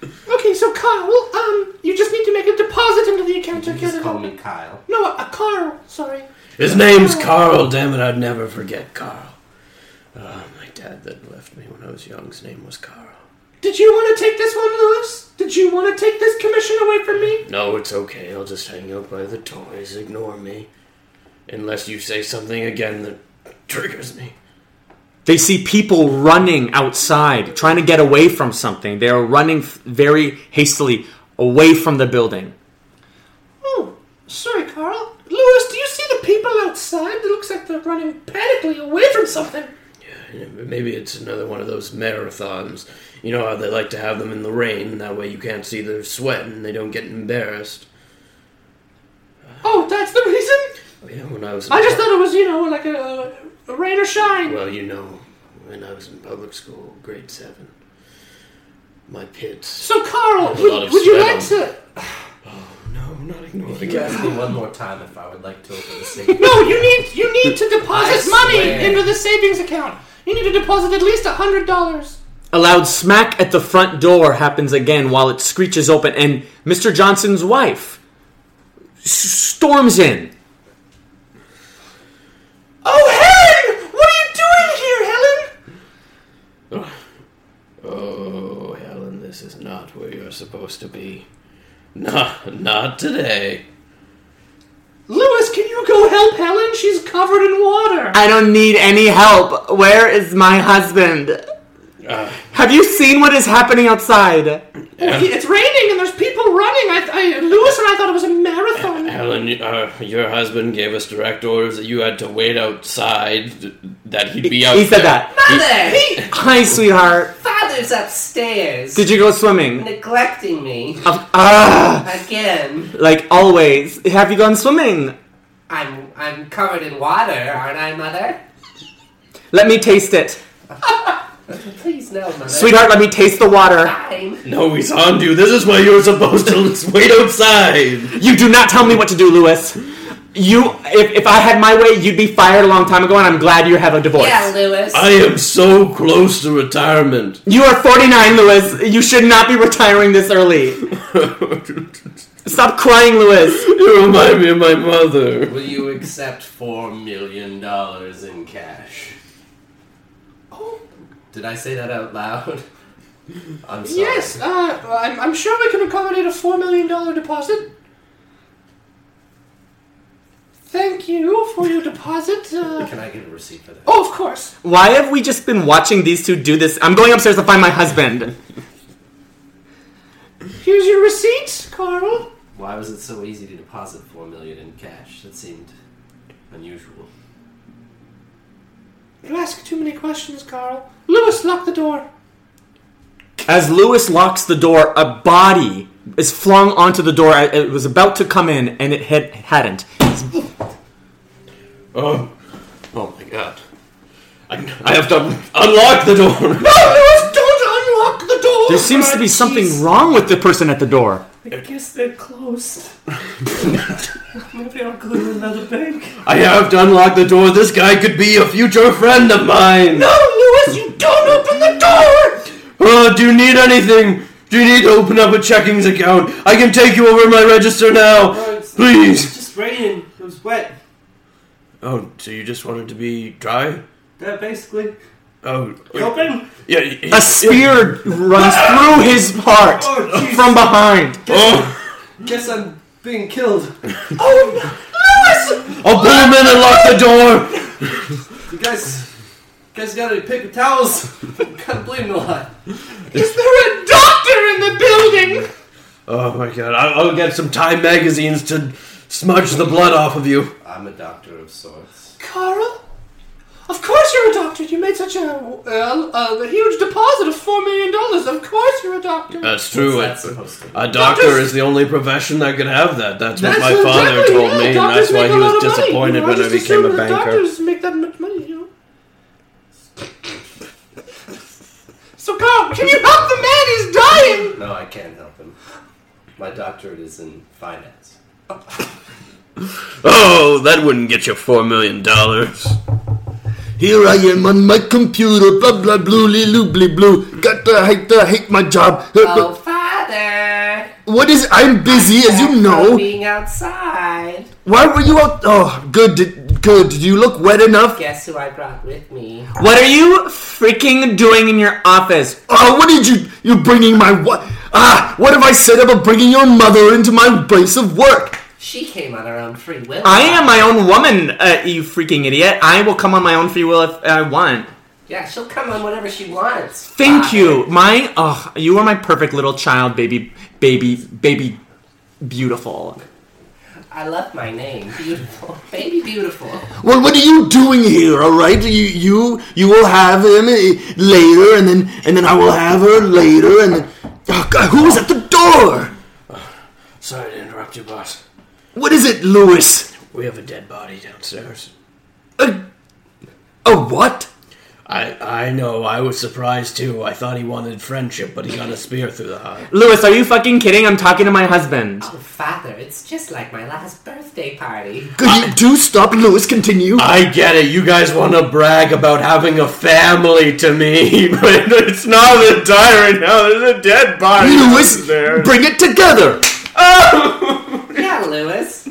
S6: Okay, so Carl, um, you just need to make a deposit into the account to get it.
S1: call me Kyle.
S6: No, a Carl. Sorry.
S5: His name's Carl. Damn it, I'd never forget Carl. Uh, my dad that left me when I was young. His name was Carl.
S6: Did you want to take this one, Lewis? Did you want to take this commission away from me?
S5: No, it's okay. I'll just hang out by the toys. Ignore me, unless you say something again that triggers me.
S4: They see people running outside, trying to get away from something. They are running f- very hastily away from the building.
S6: Oh, sorry, Carl. Lewis, do you see the people outside? It looks like they're running panically away from something.
S5: Yeah, but Maybe it's another one of those marathons. You know how they like to have them in the rain, that way you can't see their sweat and they don't get embarrassed.
S6: Oh, that's the reason?
S5: Yeah, when I was in
S6: Oh, I just
S5: pub-
S6: thought it was, you know, like a, a rain or shine.
S5: Well, you know, when I was in public school, grade seven, my pits.
S6: So, Carl,
S5: There's a lot
S6: would,
S5: of
S6: would you
S5: sweat
S6: like
S5: on-
S6: to.
S5: No, not ignoring
S1: You
S5: again.
S1: asked me one more time if I would like to open the safe.
S6: No, you need you need to deposit
S1: I
S6: money
S1: swear.
S6: into the savings account. You need to deposit at least a hundred dollars.
S4: A loud smack at the front door happens again while it screeches open, and Mr. Johnson's wife s- storms in.
S6: Oh, Helen, what are you doing here, Helen?
S5: Oh, Helen, this is not where you're supposed to be. Not, not today.
S6: Lewis, can you go help Helen? She's covered in water.
S4: I don't need any help. Where is my husband?
S5: Uh,
S4: Have you seen what is happening outside?
S6: It's raining and there's people running. I, I Lewis and I thought it was a marathon.
S5: Helen, uh, your husband gave us direct orders that you had to wait outside, that he'd be out
S4: He said
S5: there.
S4: that.
S1: Mother!
S4: Hi, sweetheart.
S1: Father's upstairs.
S4: Did you go swimming?
S1: neglecting me
S4: Of- Ah,
S1: again.
S4: like always. Have you gone swimming?
S1: I'm I'm covered in water, aren't I, Mother?
S4: Let me taste it,
S1: Please no, Mother.
S4: sweetheart. Let me taste the water.
S1: Fine.
S5: No, he's on you. This is why you were supposed to wait outside.
S4: You do not tell me what to do, Lewis. You, if, if I had my way, you'd be fired a long time ago, and I'm glad you have a divorce.
S1: Yeah, Lewis.
S5: I am so close to retirement.
S4: You are 49, Lewis. You should not be retiring this early. Stop crying, Lewis.
S5: you remind me of my mother.
S1: Will you accept four million dollars in cash?
S6: Oh,
S1: Did I say that out loud? I'm sorry.
S6: Yes, uh, I'm, I'm sure we can accommodate a $4 million deposit. Thank you for your deposit. Uh,
S1: Can I get a receipt for that?
S6: oh, of course.
S4: Why have we just been watching these two do this? I'm going upstairs to find my husband.
S6: Here's your receipt, Carl.
S1: Why was it so easy to deposit four million in cash? That seemed unusual.
S6: You ask too many questions, Carl. Lewis, lock the door.
S4: As Lewis locks the door, a body is flung onto the door. It was about to come in, and it had, hadn't.
S5: Oh, oh my god. I, I have to unlock the door.
S6: Don't unlock the door.
S4: There seems to be something wrong with the person at the door.
S6: I guess they're closed. Maybe I'll go to another bank.
S5: I have to unlock the door. This guy could be a future friend of mine.
S6: No, Lewis, you don't open the door.
S5: Oh, do you need anything? Do you need to open up a checkings account? I can take you over my register now. Please.
S9: just raining. It was wet.
S5: Oh, so you just wanted to be dry?
S9: That basically.
S5: Oh,
S9: You open?
S5: yeah. y-
S4: A
S5: y-
S4: spear runs through his heart
S9: Oh, jeez.
S4: from behind.
S5: Oh,
S9: Guess I'm being killed.
S5: I'll pull him in and lock the door.
S9: You guys, you guys got any paper towels? Can't blame no lot.
S6: Is there a doctor in the building?
S5: Oh my god, I- I'll get some Time magazines to smudge the blood off of you.
S1: I'm a doctor of sorts.
S6: Carl? Of course you're a doctor. You made such a, uh, a huge deposit of $4 million. Of course you're a doctor.
S5: That's true.
S1: What's
S5: I-
S1: that supposed to be?
S5: A doctor is the only profession that could have that. That's,
S6: That's
S5: what my father
S6: exactly,
S5: told
S6: yeah,
S5: me, and
S6: doctors
S5: that's why
S6: make
S5: he
S6: a lot
S5: was
S6: of money.
S5: disappointed
S6: You know, I
S5: when I
S6: just
S5: became a
S6: assume that
S5: banker.
S6: Doctors make that much money, you know. So, Carl, can you help the man? He's dying.
S1: No, I can't help him. My doctorate is in finance.
S5: Oh, that wouldn't get you four million dollars.
S7: Here I am on my computer, blah blah blue loo blee blue. Got to hate to hate my job. Uh,
S8: Oh, Father!
S7: What is? I'm busy, as you
S8: From
S7: know.
S8: Being outside.
S7: Why were you out? Oh, good, did- good. Did you look wet enough?
S8: Guess who I brought with me?
S4: What are you freaking doing in your office?
S7: Oh, what did you? You bringing my what? Ah, what have I said about bringing your mother into my place of work?
S8: She came on her own free will.
S4: I am my own woman, uh, you freaking idiot. I will come on my own free will if I want.
S8: Yeah, she'll come on whenever she wants.
S4: Thank
S8: Father.
S4: you. My, oh, you are my perfect little child, baby, baby, baby, beautiful.
S8: I love my name. Beautiful. Baby beautiful.
S7: Well, what are you doing here? All right, you you you will have him eh, later, and then and then I will have her later, and then. Oh God, who is at the door?
S5: Sorry to interrupt you, boss.
S7: What is it, Lewis?
S5: We have a dead body downstairs.
S7: A, a what?
S5: I I know. I was surprised too. I thought he wanted friendship, but he got a spear through the heart.
S4: Lewis, are you fucking kidding? I'm talking to my husband.
S8: Oh, Father, it's just like my last birthday party.
S7: Could you do stop, Lewis? Continue.
S5: I get it. You guys want to brag about having a family to me, but it's not the die right now. There's a dead body. Ah,
S7: Lewis, bring it together.
S8: Yeah, Lewis.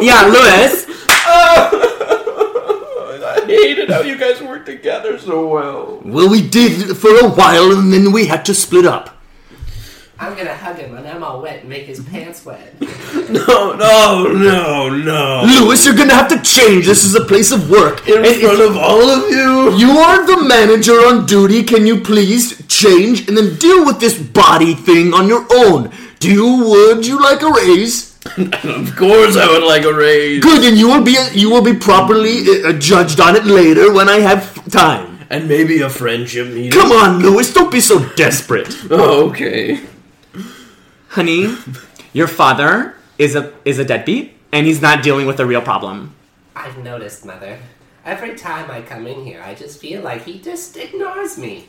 S4: Yeah, Lewis. Oh!
S5: I hated how you guys work together so well.
S7: Well, we did for a while, and then we had to split up.
S8: I'm gonna hug him when I'm all wet and make his pants wet.
S5: No, no, no, no.
S7: Lewis, you're gonna have to change. This is a place of work.
S5: In front of all of you.
S7: You are the manager on duty. Can you please change and then deal with this body thing on your own? Do you would you like a raise?
S5: Of course, I would like a raise.
S7: Good, and you will be you will be properly uh, judged on it later when I have time.
S5: And maybe a friendship meeting.
S7: Come on, Lewis, don't be so desperate.
S5: Oh, okay.
S4: Honey, your father is a is a deadbeat, and he's not dealing with a real problem.
S8: I've noticed, Mother. Every time I come in here, I just feel like he just ignores me.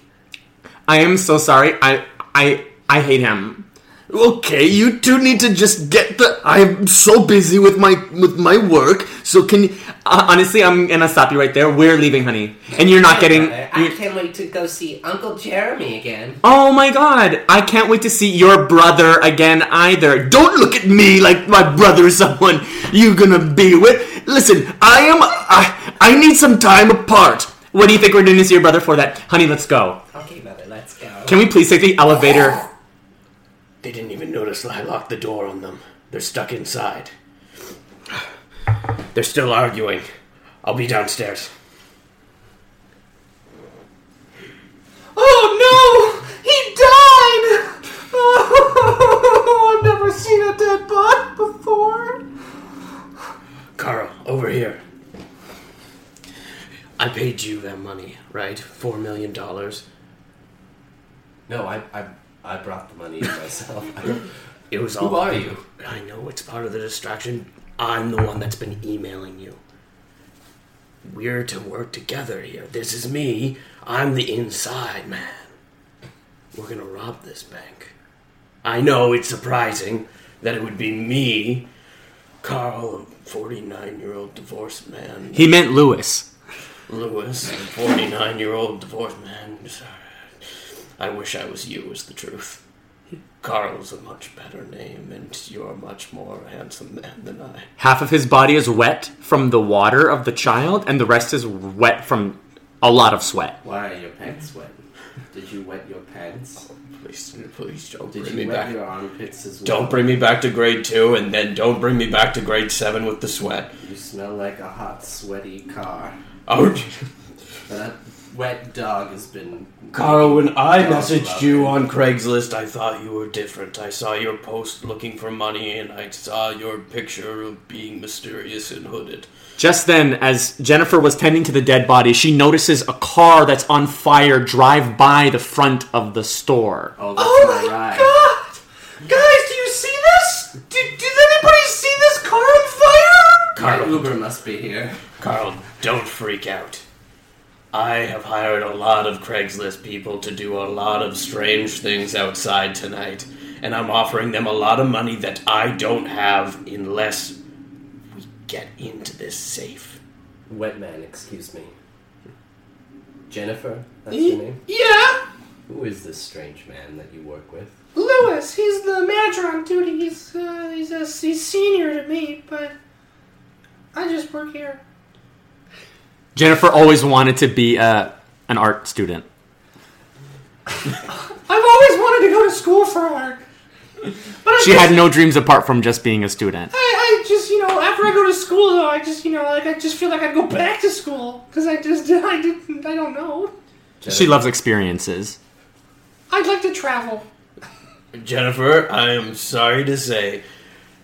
S4: I am so sorry. I I I hate him.
S7: Okay, you two need to just get the. I'm so busy with my with my work. So can you?
S4: Uh, honestly, I'm gonna stop you right there. We're leaving, honey, and you're not
S8: Hi,
S4: getting.
S8: Mother. I
S4: you-
S8: can't wait to go see Uncle Jeremy again.
S4: oh my god! I can't wait to see your brother again either.
S7: Don't look at me like my brother is someone you're gonna be with. Listen, I am. I I need some time apart.
S4: What do you think we're doing this year, brother? For that, honey, let's go.
S8: Okay, mother, let's go.
S4: Can we please take the elevator?
S5: They didn't even notice I locked the door on them. They're stuck inside. They're still arguing. I'll be downstairs.
S6: Oh no! He died! Oh, I've never seen a dead body before.
S5: Carl, over here. I paid you that money, right? Four million dollars.
S1: No, I, I, I brought the money in myself.
S5: It was all.
S1: Who are you?
S5: I know it's part of the distraction. I'm the one that's been emailing you. We're to work together here. This is me. I'm the inside man. We're gonna rob this bank. I know it's surprising that it would be me, Carl, a 49 year old divorced man,
S4: He meant Lewis.
S5: Lewis, a 49 year old divorced man. I wish I was you, is the truth. Carl's a much better name, and you're a much more handsome man than I.
S4: Half of his body is wet from the water of the child, and the rest is wet from a lot of sweat.
S1: Why are your pants wet? Did you wet your pants?
S5: Oh, Please, please don't
S1: Did
S5: bring
S1: you
S5: me
S1: wet
S5: back.
S1: your armpits as well?
S5: Don't bring me back to grade two, and then don't bring me back to grade seven with the sweat.
S1: You smell like a hot, sweaty car.
S5: Oh,
S1: That wet dog has been.
S5: Carl, when I
S1: Dog
S5: messaged
S1: love.
S5: you on Craigslist, I thought you were different. I saw your post looking for money, and I saw your picture of being mysterious and hooded.
S4: Just then, as Jennifer was tending to the dead body, she notices a car that's on fire drive by the front of the store.
S1: Oh, that's
S6: Oh
S1: my,
S6: my
S1: ride.
S6: god! Guys, do you see this? Did, did anybody see this car on fire?
S1: My Uber must be here.
S5: Carl, don't freak out. I have hired a lot of Craigslist people to do a lot of strange things outside tonight, and I'm offering them a lot of money that I don't have unless we get into this safe.
S1: Wet man, excuse me.
S5: Hmm.
S1: Jennifer, that's
S5: Eh?
S1: your name?
S6: Yeah,
S1: Who is this strange man that you work with?
S6: Lewis. He's the manager on duty. He's uh, he's a, he's senior to me, but I just work here.
S4: Jennifer always wanted to be uh, an art student.
S6: I've always wanted to go to school for art, but I
S4: She
S6: just,
S4: had no dreams apart from just being a student.
S6: I, I just you know after I go to school though I just you know like I just feel like I'd go back to school because I just I didn't I don't know.
S4: She loves experiences.
S6: I'd like to travel.
S5: Jennifer, I am sorry to say,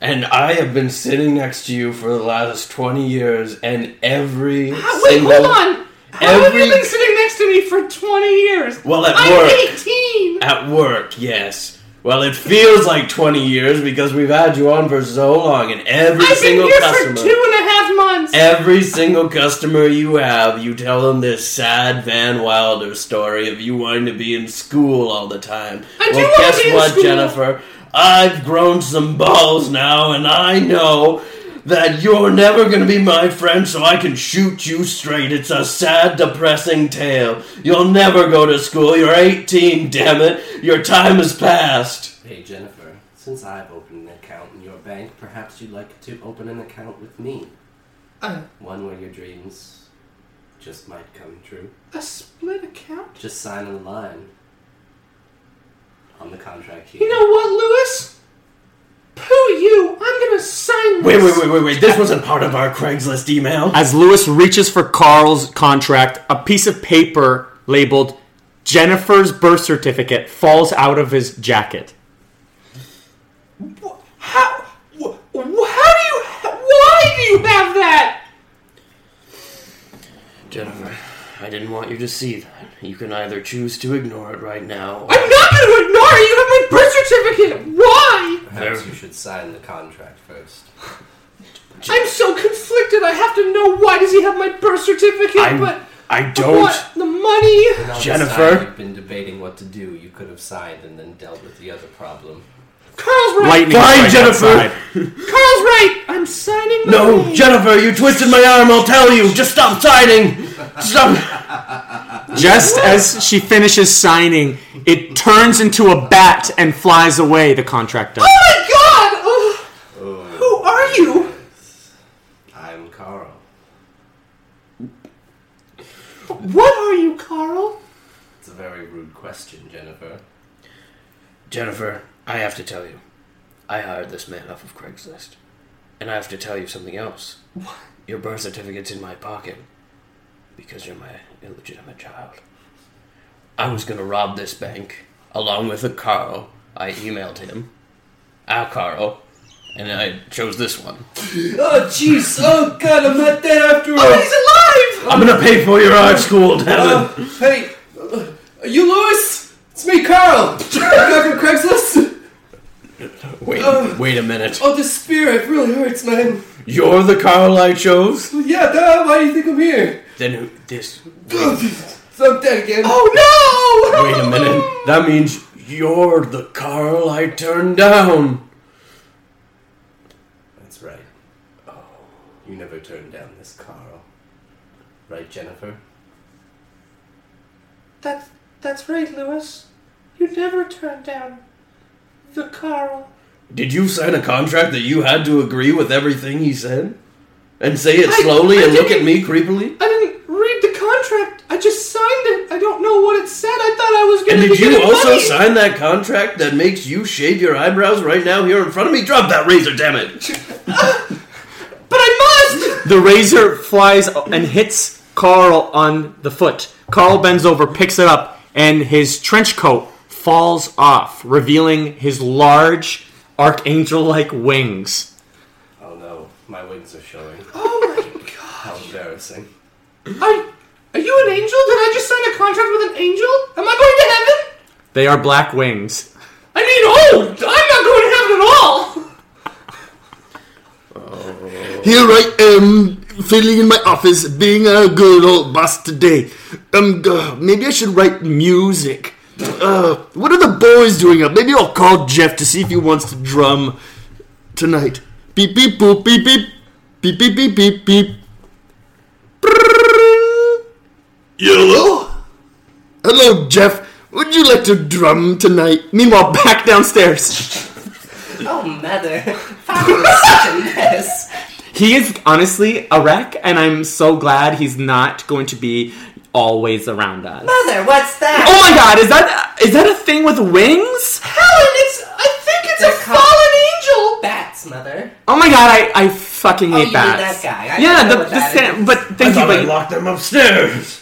S5: and I have been sitting next to you for the last 20 years, and every
S6: Ah, Wait,
S5: single.
S6: hold on. How have
S5: every-
S6: you been sitting next to me for 20 years?
S5: Well, at
S6: I'm
S5: work.
S6: 18.
S5: At work, yes. Well, it feels like 20 years because we've had you on for so long, and every
S6: I've been
S5: single
S6: here
S5: customer.
S6: for two and a half months.
S5: Every single customer you have, you tell them this sad Van Wilder story of you wanting to be in school all the time.
S6: I do
S5: well,
S6: wanna
S5: guess
S6: be in
S5: what,
S6: school.
S5: Jennifer? I've grown some balls now, and I know that you're never going to be my friend, so I can shoot you straight. It's a sad, depressing tale. You'll never go to school. You're 18, damn it. Your time has passed.
S1: Hey, Jennifer, since I've opened an account in your bank, perhaps you'd like to open an account with me.
S6: Uh.
S1: One where your dreams just might come true.
S6: a split account?
S1: Just sign on the line. On the contract here.
S6: You know what, Lewis? Pooh you. I'm going to sign
S5: Wait,
S6: this.
S5: wait, wait, wait, wait. This wasn't part of our Craigslist email.
S4: As Lewis reaches for Carl's contract, a piece of paper labeled Jennifer's birth certificate falls out of his jacket.
S6: How, wh- wh- how do you... Why do you have that?
S5: Jennifer, I didn't want you to see that. You can either choose to ignore it right now.
S6: I'm not going to ignore it. You have my birth certificate. Why?
S1: Perhaps you should sign the contract first.
S6: I'm so conflicted. I have to know why does he have my birth certificate,
S5: I
S6: but... I want the money.
S1: And all this
S5: Jennifer?
S1: time You've been debating what to do. You could have signed and then dealt with the other problem.
S6: Carl's right.
S4: Lightning
S5: Fine,
S4: strikes
S5: Jennifer.
S4: outside.
S6: Carl's right. I'm signing. The
S5: No,
S6: money.
S5: Jennifer, you twisted my arm, I'll tell you! Just stop signing! Stop!
S4: Just as she finishes signing, it turns into a bat and flies away, the contract does.
S6: Oh my God! Ugh. Who are you?
S1: I'm Carl.
S6: What are you, Carl?
S1: It's a very rude question, Jennifer.
S5: Jennifer, I have to tell you, I hired this man off of Craigslist, and I have to tell you something else. Your birth certificate's in my pocket because you're my illegitimate child. I was gonna rob this bank along with a Carl. I emailed him, our Carl, and I chose this one.
S9: Oh, jeez. Oh, God, I'm not dead after
S6: Oh,
S9: all.
S5: I'm gonna pay for your art school, Devin.
S9: Uh, hey, uh, are you Lewis? It's me, Carl. guy from Craigslist.
S5: wait,
S9: uh,
S5: wait a minute.
S9: Oh, this spear, it really hurts, man.
S5: You're the Carl I chose.
S9: Well, yeah, duh, why do you think I'm here?
S5: Then who, this.
S9: so I'm dead again.
S5: Oh no! Wait a minute. That means you're the Carl I turned down.
S1: That's right. Oh, you never turned down this Carl. Right, Jennifer?
S6: That's that's right, Lewis. You never turn down the Carl.
S5: Did you sign a contract that you had to agree with everything he said? And say it slowly
S6: I
S5: and look at
S6: didn't-
S5: me creepily?
S6: I didn't read the contract. I just signed it. I don't know what it said. I thought I was
S5: And
S6: gonna
S5: did
S6: be
S5: you
S6: getting
S5: also
S6: money.
S5: sign that contract that makes you shave your eyebrows right now here in front of me? Drop that razor, damn it!
S6: But I must.
S4: The razor flies and hits Carl on the foot. Carl bends over, picks it up, and his trench coat falls off, revealing his large archangel like wings.
S1: Oh no, my wings are showing.
S6: Oh my god.
S1: How embarrassing.
S6: Are, are you an angel? Did I just sign a contract with an angel? Am I going to heaven?
S4: They are black wings.
S6: I mean, oh, I'm not going to heaven at all.
S7: Here I am, fiddling in my office, being a good old boss today. Um, uh, maybe I should write music. Uh, what are the boys doing up? Maybe I'll call Jeff to see if he wants to drum tonight. Beep beep boop beep beep beep beep beep beep beep. Brrrr. Hello, hello, Jeff. Would you like to drum tonight? Meanwhile, back downstairs.
S8: Oh, mother. Father is such a mess.
S4: He is honestly a wreck, and I'm so glad he's not going to be always around us.
S8: Mother, what's that?
S4: Oh my god, is that is that a thing with wings?
S6: Helen, it's. I think it's
S8: They're
S6: a
S8: called-
S6: fallen angel.
S8: Bats, mother. Oh,
S4: Oh my god, I, I fucking hate
S8: you mean
S4: bats.
S8: that guy. I
S4: yeah,
S8: know
S4: the,
S8: what
S4: the
S8: that
S4: same,
S8: is.
S4: but
S5: I
S4: thank you,
S5: thought I
S4: but
S5: locked them upstairs.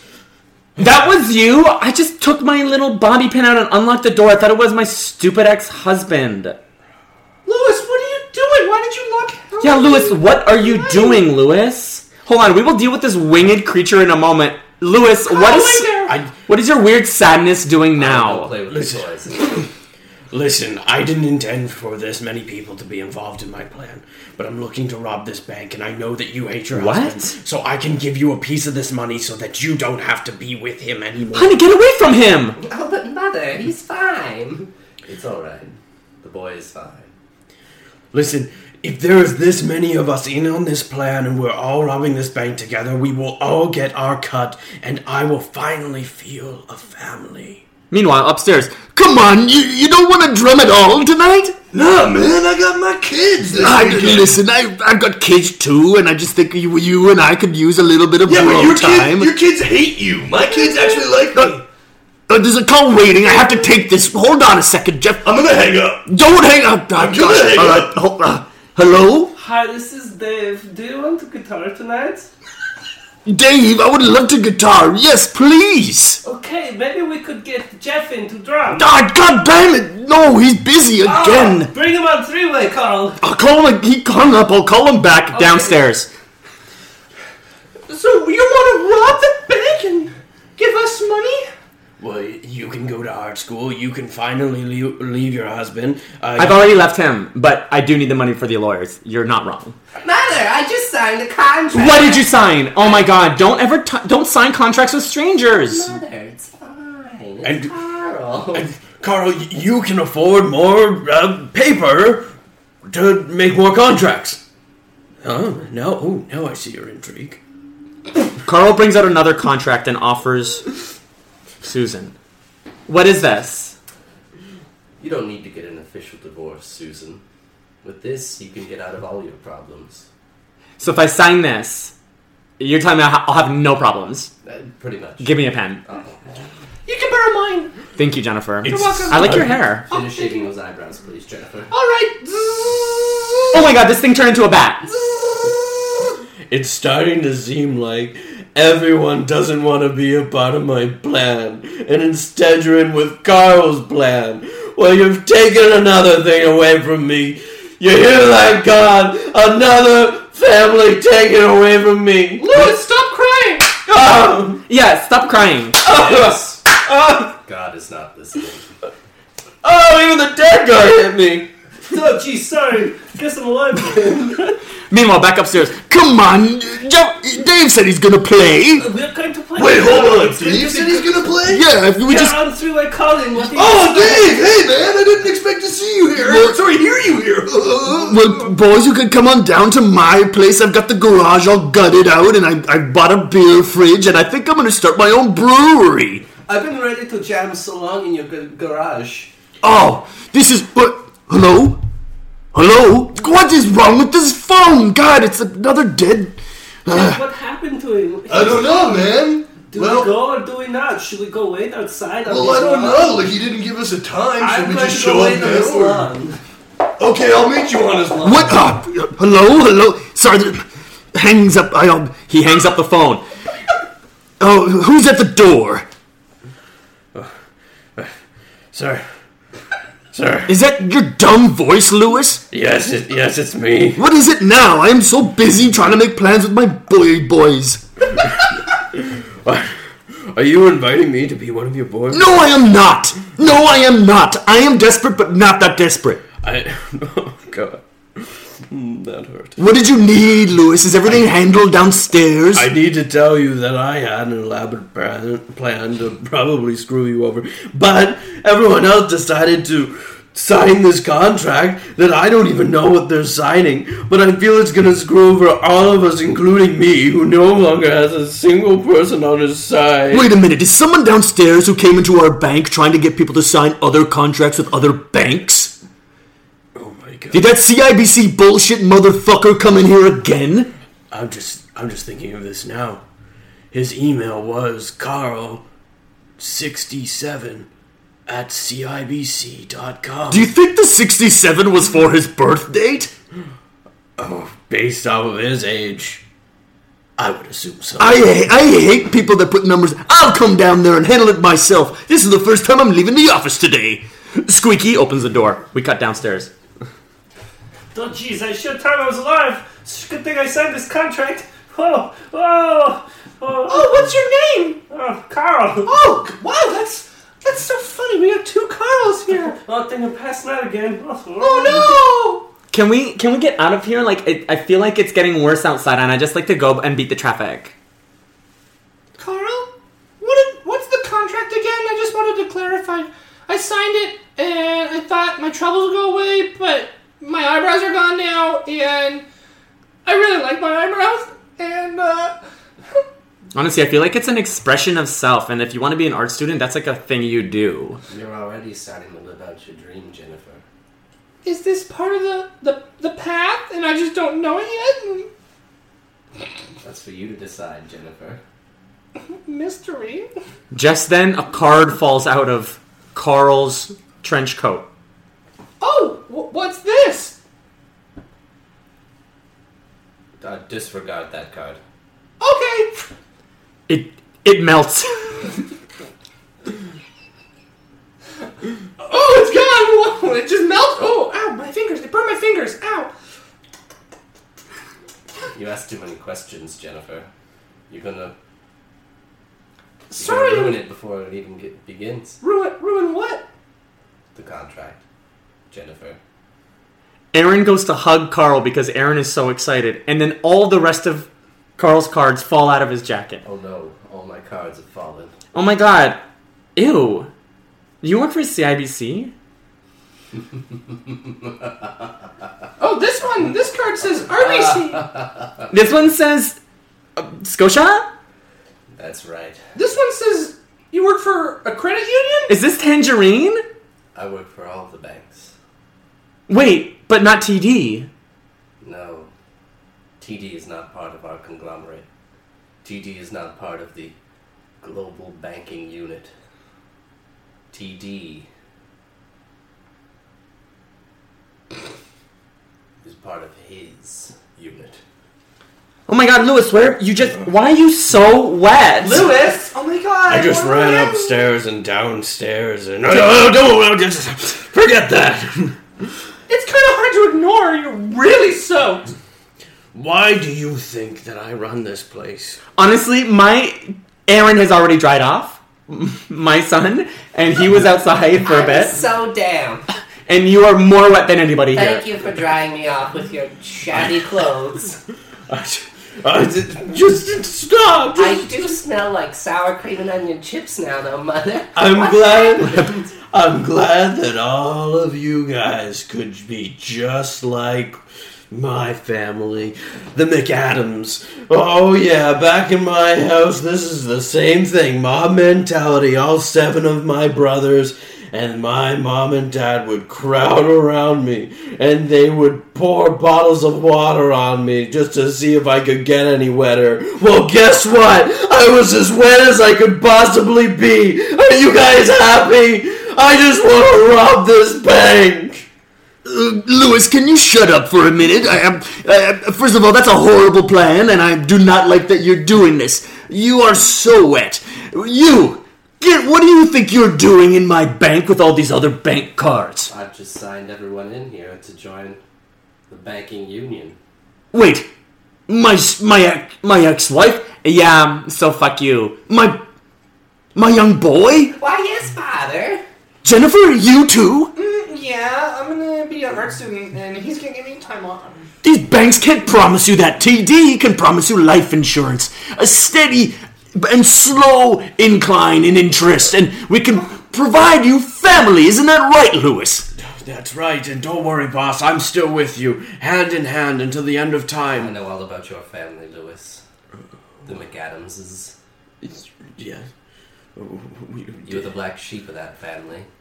S4: that was you. I just took my little bobby pin out and unlocked the door. I thought it was my stupid ex husband.
S6: Lewis, what are you doing? Why did you lock Helen?
S4: Yeah, Lewis, what are you doing, Lewis? Hold on, we will deal with this winged creature in a moment. Lewis, what
S6: Oh,
S4: is
S6: wait there.
S5: I
S4: what is your weird sadness doing
S1: Don't
S4: now?
S1: play with
S5: Listen.
S1: the toys.
S5: Listen, I didn't intend for this many people to be involved in my plan, but I'm looking to rob this bank, and I know that you hate your
S4: What?
S5: husband, so I can give you a piece of this money so that you don't have to be with him anymore.
S4: Honey, get away from him!
S8: Oh, but mother, he's fine.
S1: It's alright. The boy is fine.
S5: Listen, if there is this many of us in on this plan, and we're all robbing this bank together, we will all get our cut, and I will finally feel a family.
S4: Meanwhile, upstairs,
S7: Come on, you, you don't want to drum at all tonight?
S9: Nah, man, I got my kids. This
S7: I,
S9: weekend.
S7: listen, I, I've got kids too, and I just think you, you and I could use a little bit of
S9: Yeah,
S7: bro
S9: but your,
S7: time.
S9: Kid, your kids hate you. My kids actually like me.
S7: Uh, there's a call waiting. I have to take this. Hold on a second, Jeff.
S9: I'm gonna hang up.
S7: Don't hang up. Oh,
S9: gonna
S7: gosh.
S9: hang
S7: All
S9: up.
S7: right, hold- uh, hello?
S9: Hi, this is Dave. Do you want to guitar tonight?
S7: Dave, I would love to guitar. Yes, please.
S9: Okay, maybe we could get Jeff into drums.
S7: Ah, God damn it. No, he's busy
S9: Ah.
S7: again.
S9: bring him on three-way, Carl.
S7: I'll call him. He hung up. I'll call him back.
S4: downstairs.
S6: So you want to rob the bank and give us money?
S5: Well, you can go to art school. You can finally leave, leave your husband. Uh,
S4: I've already left him, but I do need the money for the lawyers. You're not wrong.
S8: Mother, I just signed a contract.
S4: What did you sign? Oh my god! Don't ever t- don't sign contracts with strangers.
S8: Mother, it's fine. It's
S5: And- Um,
S8: Carl.
S5: Carl, y- you can afford more uh, paper to make more contracts. Oh, no. Oh, now I see your intrigue.
S4: Carl brings out another contract and offers Susan. What is this?
S1: You don't need to get an official divorce, Susan. With this, you can get out of all your problems.
S4: So if I sign this, Your time, I'll ha- I'll have no problems.
S1: Uh, pretty much.
S4: Give me a pen.
S6: You can borrow mine.
S4: Thank you, Jennifer.
S6: You're welcome.
S4: I like your hair.
S1: Finish shaving those eyebrows, please, Jennifer.
S6: All right.
S4: Oh my god, this thing turned into a bat.
S5: It's starting to seem like everyone doesn't want to be a part of my plan, and instead you're in with Carl's plan. Well, you've taken another thing away from me. You hear that, God? Another family taken away from me.
S6: Louis, stop crying.
S5: Oh,
S4: Yeah, stop crying.
S1: Yes.
S5: oh,
S1: God is not listening.
S5: oh, even the dead guy hit me.
S1: oh, geez, sorry. Guess I'm alive.
S4: Meanwhile, back upstairs.
S7: Come on, Jeff, Dave said he's gonna play.
S9: We're going to play.
S7: Wait, hold on,
S9: Dave
S7: Steve.
S9: said he's
S7: gonna play. Yeah, if we just.
S9: Down through a calling. What
S7: Oh, Dave! Hey, man! I didn't expect to see you here. sorry, hear you here. well, boys, you could come on down to my place. I've got the garage all gutted out, and I, I bought a beer fridge, and I think I'm gonna start my own brewery.
S1: I've been ready to jam so long in your g- garage.
S7: Oh, this is what? Hello, hello. What is wrong with this phone? God, it's another dead.
S9: What happened to him?
S10: I don't know, man.
S9: Do
S10: well-
S9: we go or do we not? Should we go wait outside? on
S10: Well,
S9: this
S10: I don't
S9: lawn?
S10: know. Like, he didn't give us a time, so
S9: I'm
S10: we
S9: going
S10: just
S9: to go
S10: show
S9: wait
S10: up
S9: on this
S10: now. or-
S9: lawn.
S10: Okay, I'll meet you on his lawn.
S7: What? Uh, hello, hello. Sergeant hangs up. I um.
S4: He hangs up the phone.
S7: Oh, who's at the door?
S5: Uh, Sir, sir.
S7: Is that your dumb voice, Lewis?
S5: Yes, it, yes, it's me.
S7: What is it now? I am so busy trying to make plans with my boy boys.
S5: Are you inviting me to be one of your boys?
S7: No, I am not. No, I am not. I am desperate, but not that desperate.
S5: I. Oh God, Mm, that hurt.
S7: What did you need, Lewis? Is everything handled downstairs?
S5: I need to tell you that I had an elaborate plan, plan to probably screw you over, but everyone else decided to sign this contract that I don't even know what they're signing, but I feel it's gonna screw over all of us, including me, who no longer has a single person on his side.
S7: Wait a minute. Is someone downstairs who came into our bank trying to get people to sign other contracts with other banks?
S5: Oh my God.
S7: Did that CIBC bullshit motherfucker come in here again?
S5: I'm just I'm just thinking of this now. His email was Carl sixty seven at CIBC.com.
S7: Do you think the 67 was for his birth date?
S5: Oh, Based off of his age, I would assume so.
S7: I, ha- I hate people that put numbers. I'll come down there and handle it myself. This is the first time I'm leaving the office today.
S4: Squeaky opens the door. We cut downstairs.
S9: Oh, jeez, I should have time I was alive. It's a good thing I signed this contract. Oh, oh, oh,
S6: Oh, what's your name?
S9: oh Carl.
S6: Oh, wow, that's that's so funny. We have two Carls here.
S9: Oh, thing of past that again. Oh,
S6: Oh
S4: Can we can we get out of here? Like it, I feel like it's getting worse outside, and I just like to go and beat the traffic.
S6: no, Carl. What? did- What's the contract again? I just wanted to clarify. I signed it, and I thought my troubles would go away, but my eyebrows are gone now, and I really like my eyebrows, and uh,
S4: Honestly, I feel like it's an expression of self, and if you want to be an art student, that's like a thing you do.
S1: You're already starting to live out your dream, Jennifer.
S6: is this part of the the the path? And I just don't know it yet.
S1: That's for you to decide, Jennifer.
S6: Mystery.
S4: Just then, a card falls out of Carl's trench coat.
S6: Oh, wh- what's this?
S1: Uh, disregard that card.
S6: Okay.
S4: It it melts.
S6: Oh, it's gone! Whoa, it just melted! Oh, ow, my fingers! They burn my fingers! Ow!
S1: You asked too many questions, Jennifer. You're gonna, you're
S6: Sorry!
S1: gonna ruin it before it even get, begins.
S6: Ruin, ruin what?
S1: The contract, Jennifer.
S4: Aaron goes to hug Carl because Aaron is so excited, and then all the rest of Carl's cards fall out of his jacket.
S1: Oh no, all my cards have fallen.
S4: Oh my god. Ew. You work for CIBC?
S6: Oh, this one! This card says RBC!
S4: This one says uh, Scotia?
S1: That's right.
S6: this one says you work for a credit union?
S4: Is this Tangerine?
S1: I work for all the banks.
S4: Wait, but not TD.
S1: No, TD is not part of our conglomerate. TD is not part of the global banking unit. TD is part of his unit.
S4: Oh my god, Lewis, where you just why are you so wet?
S1: Lewis! Oh my god!
S5: I just ran upstairs and downstairs and. No, no, don't! Just forget that!
S6: It's kind of hard to ignore. You're really soaked.
S5: Why do you think that I run this place?
S4: Honestly, my Aaron has already dried off. My son, and he was outside for a bit.
S1: so down.
S4: And you are more wet than anybody here.
S1: Thank you for drying me off with your shabby clothes.
S5: Uh, just stop!
S1: I do smell like sour cream and onion chips now, though, Mother.
S5: I'm glad. I'm glad that all of you guys could be just like my family, the McAdams. Oh yeah, back in my house, this is the same thing. Mob mentality. All seven of my brothers and my mom and dad would crowd around me, and they would pour bottles of water on me just to see if I could get any wetter. Well, guess what? I was as wet as I could possibly be. Are you guys happy? I just want to rob this bank.
S7: Uh, Lewis, can you shut up for a minute? I am. Uh, first of all, that's a horrible plan, and I do not like that you're doing this. You are so wet. You, get. What do you think you're doing in my bank with all these other bank cards?
S1: I've just signed everyone in here to join the banking union.
S7: Wait, my s- my ex, my ex-wife,
S4: Yeah, so fuck you.
S7: my my young boy,
S1: Why, yes, Father.
S7: Jennifer. You too.
S6: Yeah, I'm gonna be an art student, and he's gonna give me time off.
S7: These banks can't promise you that. TD can promise you life insurance, a steady and slow incline in interest, and we can provide you family. Isn't that right, Lewis?
S5: That's right, and don't worry, boss. I'm still with you, hand in hand until the end of
S1: I
S5: time.
S1: know all about your family, Lewis. The McAdamses.
S5: Yeah.
S1: You're the black sheep of that family.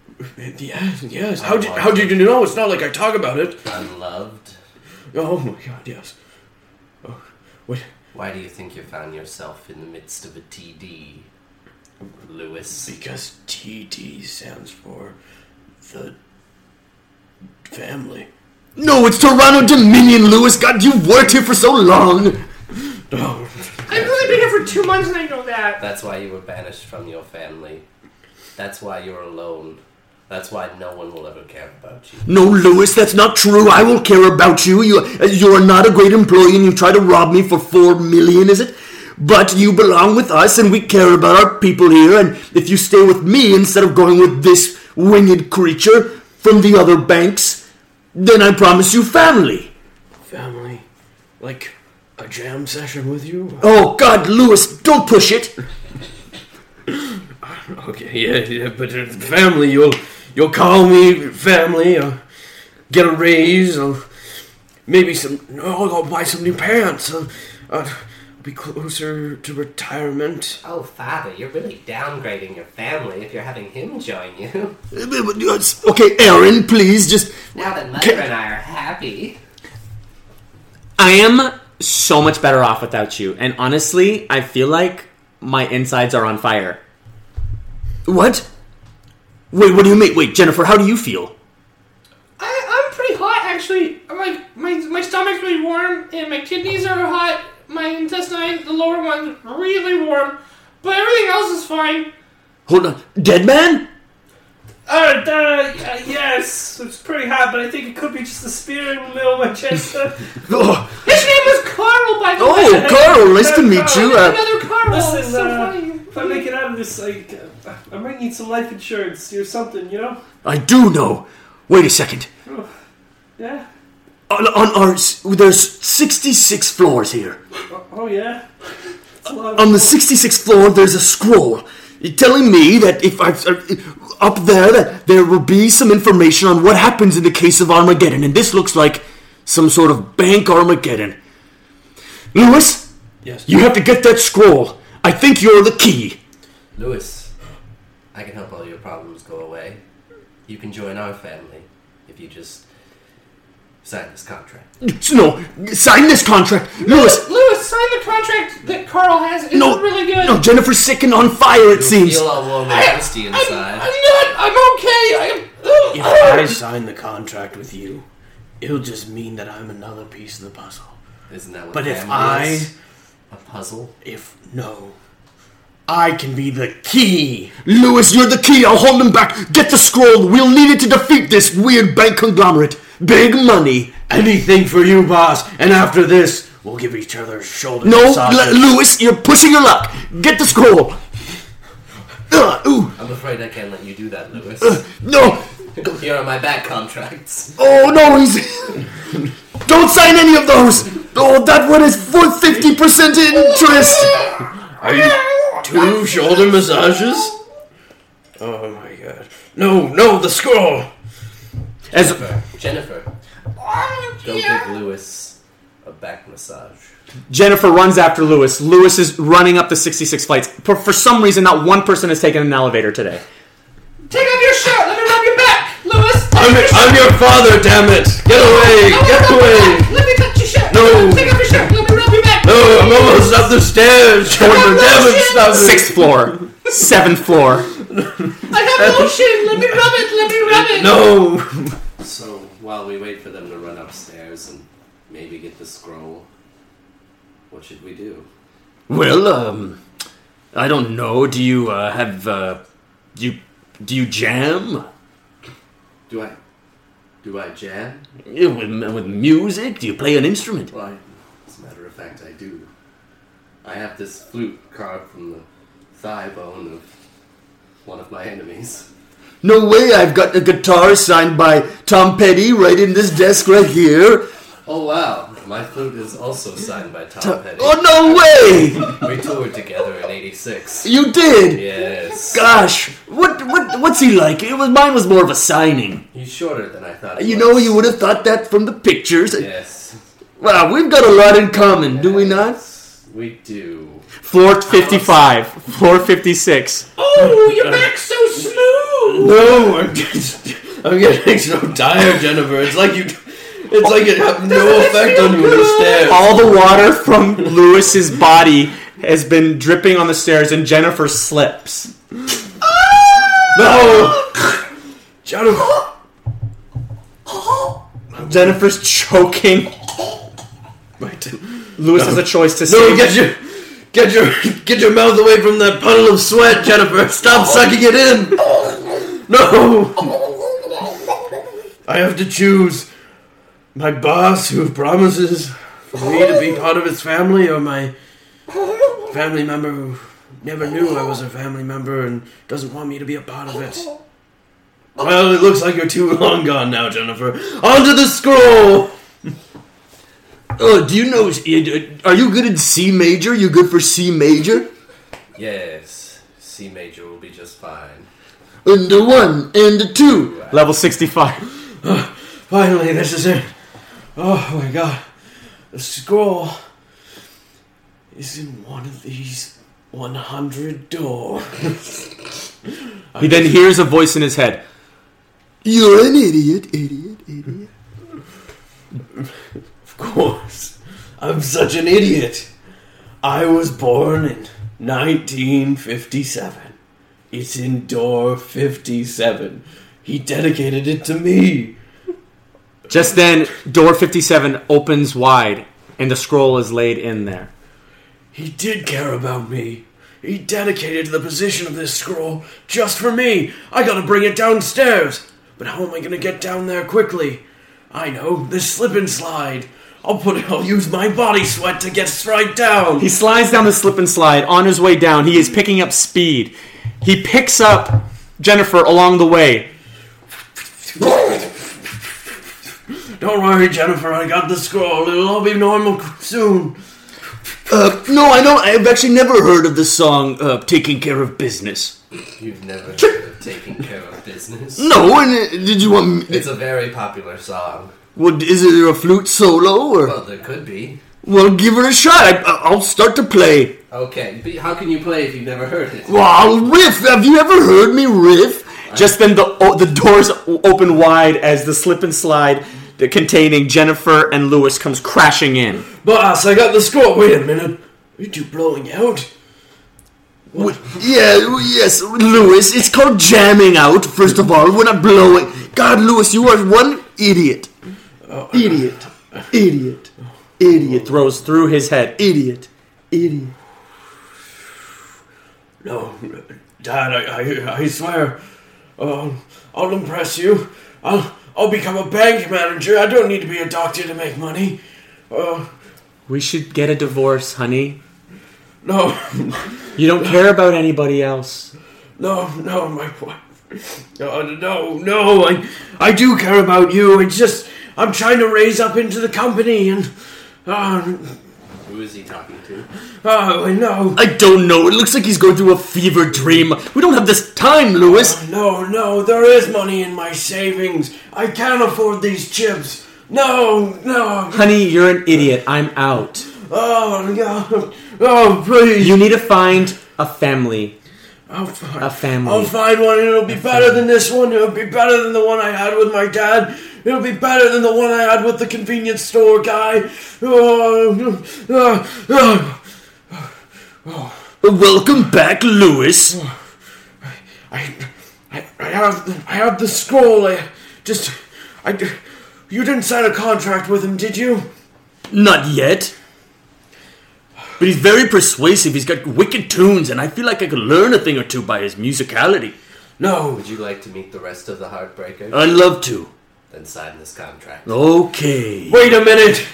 S5: Yes, yes. How did, how did you know? It's not like I talk about it.
S1: Unloved.
S5: Oh my god, yes. Oh, wait.
S1: Why do you think you found yourself in the midst of a TD, Lewis?
S5: Because TD stands for the family.
S7: No, it's Toronto Dominion, Lewis. God, you've worked here for so long.
S5: Oh,
S6: I've only been here for two months, and I know that.
S1: That's why you were banished from your family. That's why you're alone. That's why no one will ever care about you.
S7: No, Lewis, that's not true. I will care about you. You, uh, you are not a great employee, and you try to rob me for four million, is it? But you belong with us, and we care about our people here. And if you stay with me instead of going with this winged creature from the other banks, then I promise you family.
S5: family. Like a jam session with you?
S7: Oh God, Lewis, don't push it.
S5: Okay, yeah, yeah, but uh, family, you'll you'll call me family, I'll get a raise, I'll maybe some. No, I'll buy some new pants. I'll, I'll be closer to retirement.
S1: Oh, Father, you're really downgrading your family if you're having him join you.
S7: Okay, Aaron, please just.
S1: Now that Mother and I are happy.
S4: I am so much better off without you. And honestly, I feel like my insides are on fire.
S7: What? Wait, what do you mean? Wait, Jennifer, how do you feel?
S6: I, I'm pretty hot, actually. I'm like my my stomach's really warm, and my kidneys are hot. My intestines, the lower ones, really warm, but everything else is fine.
S7: Hold on, dead man?
S9: Uh, uh, yeah, yes, it's pretty hot, but I think it could be just the spear in the middle of my chest. Uh,
S7: Oh,
S6: His name was Carl, by the way.
S7: oh, Carl, nice to meet you. Uh,
S6: Another Carl.
S9: Listen,
S6: it's so
S9: uh,
S6: funny.
S9: if I make it out of this, like, uh, I might need some life insurance or something, you know? Oh,
S7: I do know. Wait a second.
S9: Yeah.
S7: On, on our, s- there's 66 floors here.
S9: Oh yeah. It's a lot of-
S7: On the 66th floor, there's a scroll telling me that if I uh, up there, that there will be some information on what happens in the case of Armageddon, and this looks like some sort of bank Armageddon. Lewis,
S5: Yes.
S7: you have to get that scroll. I think you're the key.
S1: Lewis, I can help all your problems go away. You can join our family if you just sign this contract.
S7: No, sign this contract, Lewis.
S6: Lewis, sign the contract that Carl has. It's
S7: No,
S6: really good.
S7: No, Jennifer's sick and on fire, it seems.
S1: Feel all warm and dusty
S6: I'm
S1: inside.
S6: not. I'm okay. I'm.
S5: If I sign the contract with you, it'll just mean that I'm another piece of the puzzle.
S1: Isn't that what
S5: But if
S1: family
S5: I,
S1: is? A puzzle?
S5: if no, I can be the key.
S7: Lewis, you're the key. I'll hold him back. Get the scroll. We'll need it to defeat this weird bank conglomerate. Big money.
S5: Anything for you, boss. And after this, we'll give each other shoulder
S7: No, L-
S5: massages.
S7: Lewis, you're pushing your luck. Get the scroll. Ugh, ooh,
S1: I'm afraid I can't let you do that, Lewis.
S7: no.
S1: You're on my back contracts.
S7: Oh, no, he's. Don't sign any of those. Oh, that one is for 50% interest.
S5: Are you two shoulder massages? Oh my god. No, no, the scroll!
S7: As
S1: Jennifer, go give Lewis a back massage.
S4: Jennifer runs after Lewis. Lewis is running up the 66 flights. For, for some reason, not one person has taken an elevator today.
S6: Take off your shirt. Let me rub your back, Lewis. Take
S5: I'm,
S6: off your shirt.
S5: I'm your father, damn it! Get away!
S6: Let me
S5: Get
S6: rub your
S5: away!
S6: back. Let me touch your shirt.
S5: No.
S6: Take off your shirt. Let me rub your back.
S5: No, I'm almost up the stairs! damn it, stop it!
S4: Sixth floor, seventh floor.
S6: I have lotion. Let me rub it. Let me rub it.
S5: No!
S1: So while we wait for them to run upstairs and maybe get the scroll, what should we do?
S4: Well, um, I don't know. Do you uh, have uh, do you do you jam
S1: Do I do I jam?
S4: Yeah, with, with music? Do you play an instrument?
S1: Well, I, as a matter of fact, I do. I have this flute carved from the thigh bone of one of my enemies.
S7: No way, I've got a guitar signed by Tom Petty right in this desk right here.
S1: Oh wow, my flute is also signed by Tom Petty.
S7: Oh, no way!
S1: We toured together in '86.
S7: You did!
S1: Yes.
S7: Gosh, what, what, what's he like? It was, mine was more of a signing.
S1: He's shorter than I thought. he
S7: You
S1: was.
S7: know, you would have thought that from the pictures.
S1: Yes.
S7: Wow, we've got a lot in common, do we not?
S1: We do.
S4: Floor 55, floor 56.
S6: Oh, your back's so smooth.
S5: No! I'm, just, I'm getting so tired, Jennifer. It's like you. It's like it had no effect on you on the stairs.
S4: All the water from Lewis's body has been dripping on the stairs, and Jennifer slips.
S5: No! Jennifer!
S4: Jennifer's choking.
S5: Right.
S4: Lewis has a choice to
S5: No,
S4: save.
S5: get your get your get your mouth away from that puddle of sweat, Jennifer. Stop sucking it in. No. I have to choose my boss who promises for me to be part of his family or my family member who never knew I was a family member and doesn't want me to be a part of it. Well, it looks like you're too long gone now, Jennifer. Onto the scroll!
S7: Oh, do you know? Are you good at C major? You good for C major?
S1: Yes. C major will be just fine.
S7: And a one, and a two.
S4: Level 65.
S5: Finally, this is it. Oh my god. The scroll is in one of these 100 doors.
S4: He then hears a voice in his head.
S7: You're an idiot, idiot, idiot.
S5: Of course. I'm such an idiot. I was born in 1957. It's in door 57. He dedicated it to me.
S4: Just then, door 57 opens wide, and the scroll is laid in there.
S5: He did care about me. He dedicated the position of this scroll just for me. I gotta bring it downstairs. But how am I gonna get down there quickly? I know this slip and slide. I'll put. I'll use my body sweat to get right down.
S4: He slides down the slip and slide. On his way down, he is picking up speed. He picks up Jennifer along the way.
S5: Don't worry, Jennifer. I got the scroll. It'll all be normal soon.
S7: Uh, no, I don't. I've actually never heard of the song uh, "Taking Care of Business."
S1: You've never heard of taking care of business.
S7: No, and uh, did you want? Me,
S1: It's a very popular song.
S7: what is it? A flute solo or?
S1: Well, there could be.
S7: Well, give it a shot. I, I'll start to play.
S1: Okay, but how can you play if you've never heard it?
S7: Well, I'll riff. Have you ever heard me riff?
S4: Just then, the o- the doors o- open wide as the slip and slide that containing Jennifer and Lewis comes crashing in.
S5: Boss, I got the score. Wait a minute. Are you two blowing out?
S7: Yeah, w- yes, Lewis. It's called jamming out. First of all, we're not blowing. God, Lewis, you are one idiot. Idiot. Idiot. Idiot.
S4: Oh. Throws through his head.
S7: Idiot. Idiot.
S5: No, Dad, I, I, I swear. Oh, I'll impress you. I'll, I'll become a bank manager. I don't need to be a doctor to make money. Uh,
S4: We should get a divorce, honey.
S5: no,
S4: You don't care about anybody else.
S5: no, no, my boy. No, no, no, I, I do care about you. It's just, I'm trying to raise up into the company and. Uh,
S1: Who is he talking to?
S5: oh, no,
S7: I don't know. It looks like he's going through a fever dream. We don't have this time, Lewis.
S5: Oh, no, no, there is money in my savings. I can't afford these chips. No, no,
S4: Honey, you're an idiot. I'm out.
S5: oh, no, oh, please.
S4: You need to find a family.
S5: I'll find,
S4: A family.
S5: I'll find one, and it'll be better than this one. It'll be better than the one I had with my dad. It'll be better than the one I had with the convenience store guy. Oh, oh, oh. uh.
S7: Welcome back, Lewis.
S5: I, I, I have, the, I have the scroll. I just, I, you didn't sign a contract with him, did you?
S7: Not yet. But he's very persuasive. He's got wicked tunes, and I feel like I could learn a thing or two by his musicality.
S5: No.
S1: Oh, Would you like to meet the rest of the Heartbreakers?
S7: I'd love to.
S1: then sign this contract.
S7: Okay.
S5: Wait a minute.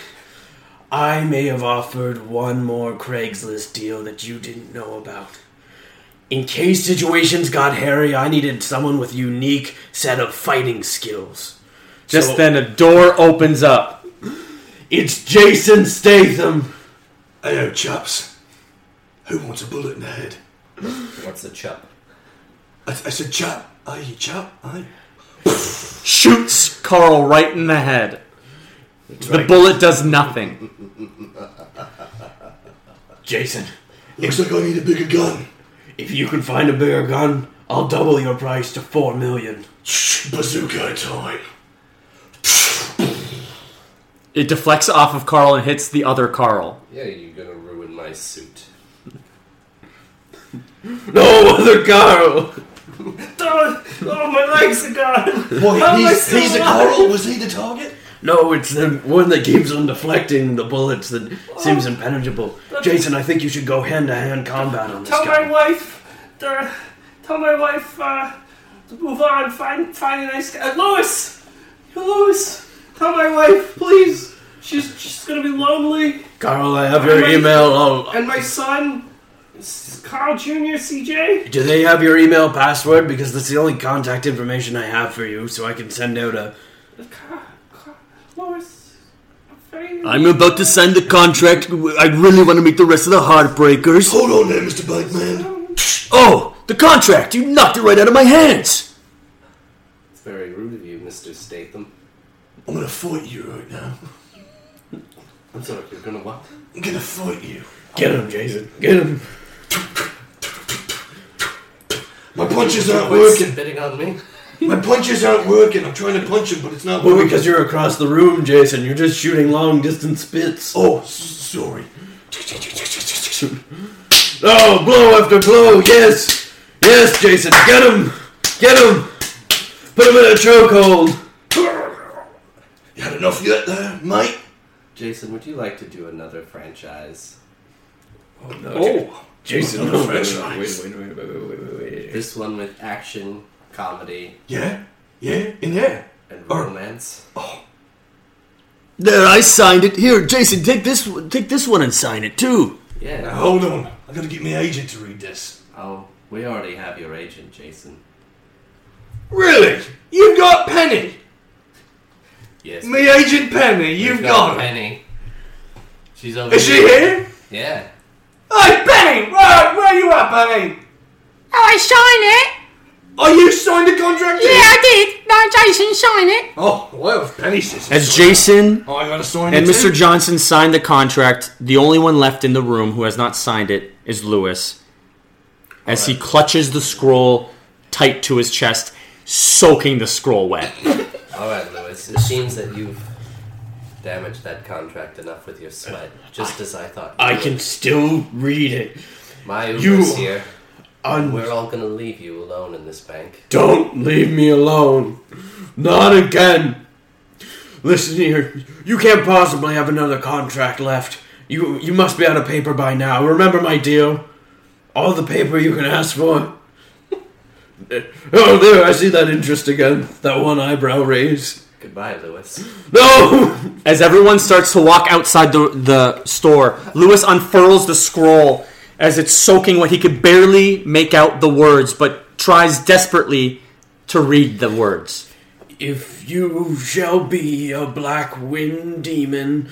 S5: I may have offered one more Craigslist deal that you didn't know about. In case situations got hairy, I needed someone with unique set of fighting skills.
S4: Just
S5: So-
S4: then a door opens up.
S5: It's Jason Statham.
S11: Hey, yo, chaps. Who wants a bullet in the head?
S1: What's the chup?
S11: I, I said, chap. Aye, you chap. Aye.
S4: Shoots Carl right in the head. The bullet does nothing.
S5: Jason,
S11: Looks like I need a bigger gun.
S5: if you can find a bigger gun, I'll double your price to four million.
S11: Bazooka time.
S4: It deflects off of Carl and hits the other Carl.
S1: Yeah, you're gonna ruin my suit.
S5: No other Carl!
S9: Oh, oh, my legs are gone.
S11: Boy,
S9: How am I
S11: he's,
S9: still
S11: he's a
S9: alive?
S11: coral. Was he the target?
S5: No, it's the one that keeps on deflecting the bullets that seems impenetrable. Jason, I think you should go hand to hand combat on this
S9: Tell
S5: guy.
S9: my wife. Uh, tell my wife uh, to move on. Find find a nice guy. Lois, Lois. Tell my wife, please. She's she's gonna be lonely.
S5: Carl, I have your
S9: Everybody-
S5: email. Oh, I'll,
S9: And my son, S- Carl Jr. CJ.
S5: do they have your email password? Because that's the only contact information I have for you, so I can send out a.
S9: Car- Car- Lois. I'm very-
S7: I'm about to sign the contract. I really want to meet the rest of the heartbreakers.
S11: Hold on there, Mr. Bankman.
S7: Oh, the contract! You knocked it right out of my hands!
S1: It's very rude of you, Mr. Statham.
S11: I'm gonna fight you right now.
S1: I'm sorry, you're gonna what?
S11: I'm gonna fight you.
S5: Get him, Jason. Get him.
S11: My punches aren't
S1: Quit
S11: working.
S1: spitting on me.
S11: My punches aren't working. I'm trying to punch him, but it's not
S5: Well,
S11: working.
S5: because you're across the room, Jason. You're just shooting long distance spits.
S11: Oh, s- sorry.
S5: Oh, blow after blow. Yes, yes, Jason. Get him. Get him. Put him in a chokehold.
S11: You had enough yet, there, mate?
S1: Jason, would you like to do another franchise?
S5: Oh, Jason.
S11: Another
S5: no, wait,
S11: franchise.
S5: wait, wait, wait, wait, wait, wait, wait.
S1: This one with action, comedy,
S11: Yeah, yeah, in there. Oh.
S1: and
S11: Or-
S1: romance.
S7: There, I signed it. Here, Jason, take this take this one and sign it too.
S1: Yeah.
S11: Now, hold on. I gotta get my agent to read this.
S1: Oh, we already have your agent, Jason.
S11: Really? You've got Penny.
S1: Yes.
S11: Me agent Penny.
S1: we've
S11: You've got, her.
S1: Penny. She's over
S11: Is she here?
S1: Yeah.
S11: Hey, Penny! Where, where you at, Penny?
S12: Oh, I signed it.
S11: Oh, you signed the contract?
S12: Yeah, I did. No, Jason signed it.
S11: Oh, well, if Penny says
S4: As Jason
S11: Oh, I gotta sign
S4: and
S11: it
S4: Mr.
S11: too.
S4: Johnson signed the contract, the only one left in the room who has not signed it is Lewis. As he clutches the scroll tight to his chest, soaking the scroll wet.
S1: All right, Lewis. It seems that you've damage that contract enough with your sweat, just as I thought. you
S5: I
S1: would.
S5: can still read it.
S1: My
S5: You-
S1: Uber's here.
S5: Un-
S1: We're all gonna leave you alone in this bank.
S5: Don't leave me alone. Not again. Listen here, you can't possibly have another contract left. You you must be out of paper by now. Remember my deal? All the paper you can ask for.
S7: eh,
S5: Oh, there, I see that interest again. That one eyebrow raise.
S1: Goodbye, Lewis.
S5: No!
S4: As everyone starts to walk outside the, the store, Lewis unfurls the scroll as it's soaking what he could barely make out the words, but tries desperately to read the words.
S5: If you shall be a black wind demon,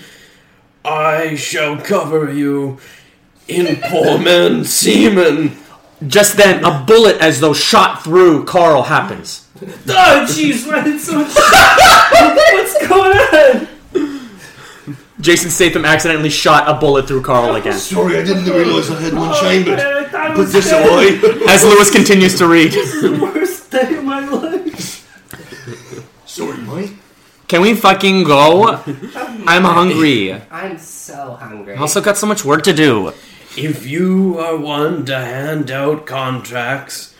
S5: I shall cover you in poor man's semen.
S4: Just then, a bullet, as though shot through Carl, happens.
S9: Oh, jeez, why did so much? What's going on?
S4: Jason Statham accidentally shot a bullet through Carl again.
S11: Sorry, I didn't realize I had one chambered.
S9: Oh, Man, I thought it
S11: Put
S9: was
S11: this
S9: dead.
S11: away.
S4: As Lewis continues to read,
S9: The worst day of my life.
S11: Sorry, mate.
S4: can we fucking go? I'm hungry. I
S1: I'm so hungry.
S4: also got so much work to do.
S5: If you are one to hand out contracts,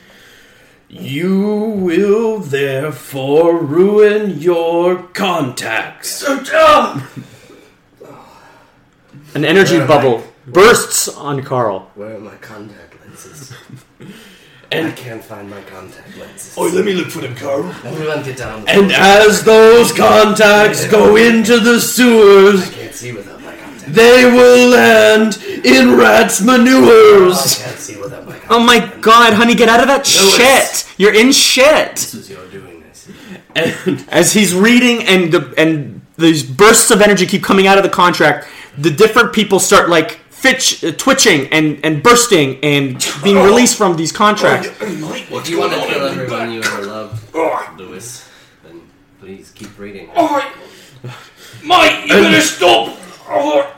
S5: you will therefore ruin your contacts.
S4: An energy bubble bursts on Carl.
S1: Where are my contact lenses? I
S5: And,
S1: can't find my contact lenses.
S11: Oi, let me look for them, Carl.
S1: Everyone get down.
S5: and as those contacts go into the sewers,
S1: I can't see without my contact.
S5: they will land in rats'
S1: I
S5: manures.
S1: can't see without my contact.
S4: Oh my god, honey, get out of that shit! You're in shit!
S1: lenses. You're doing this.
S5: And
S4: As he's reading and the and these bursts of energy keep coming out of the contract, the different people start like fitch, uh, twitching and, and bursting and
S1: Oh.
S4: being released from these contracts.
S11: Hey, mate, what's
S1: If you
S11: going
S1: want to
S11: on
S1: kill
S11: in your
S1: everyone
S11: back?
S1: you ever loved,
S11: Oh,
S1: Lewis, then please keep reading.
S9: Mike, you better stop. Oh,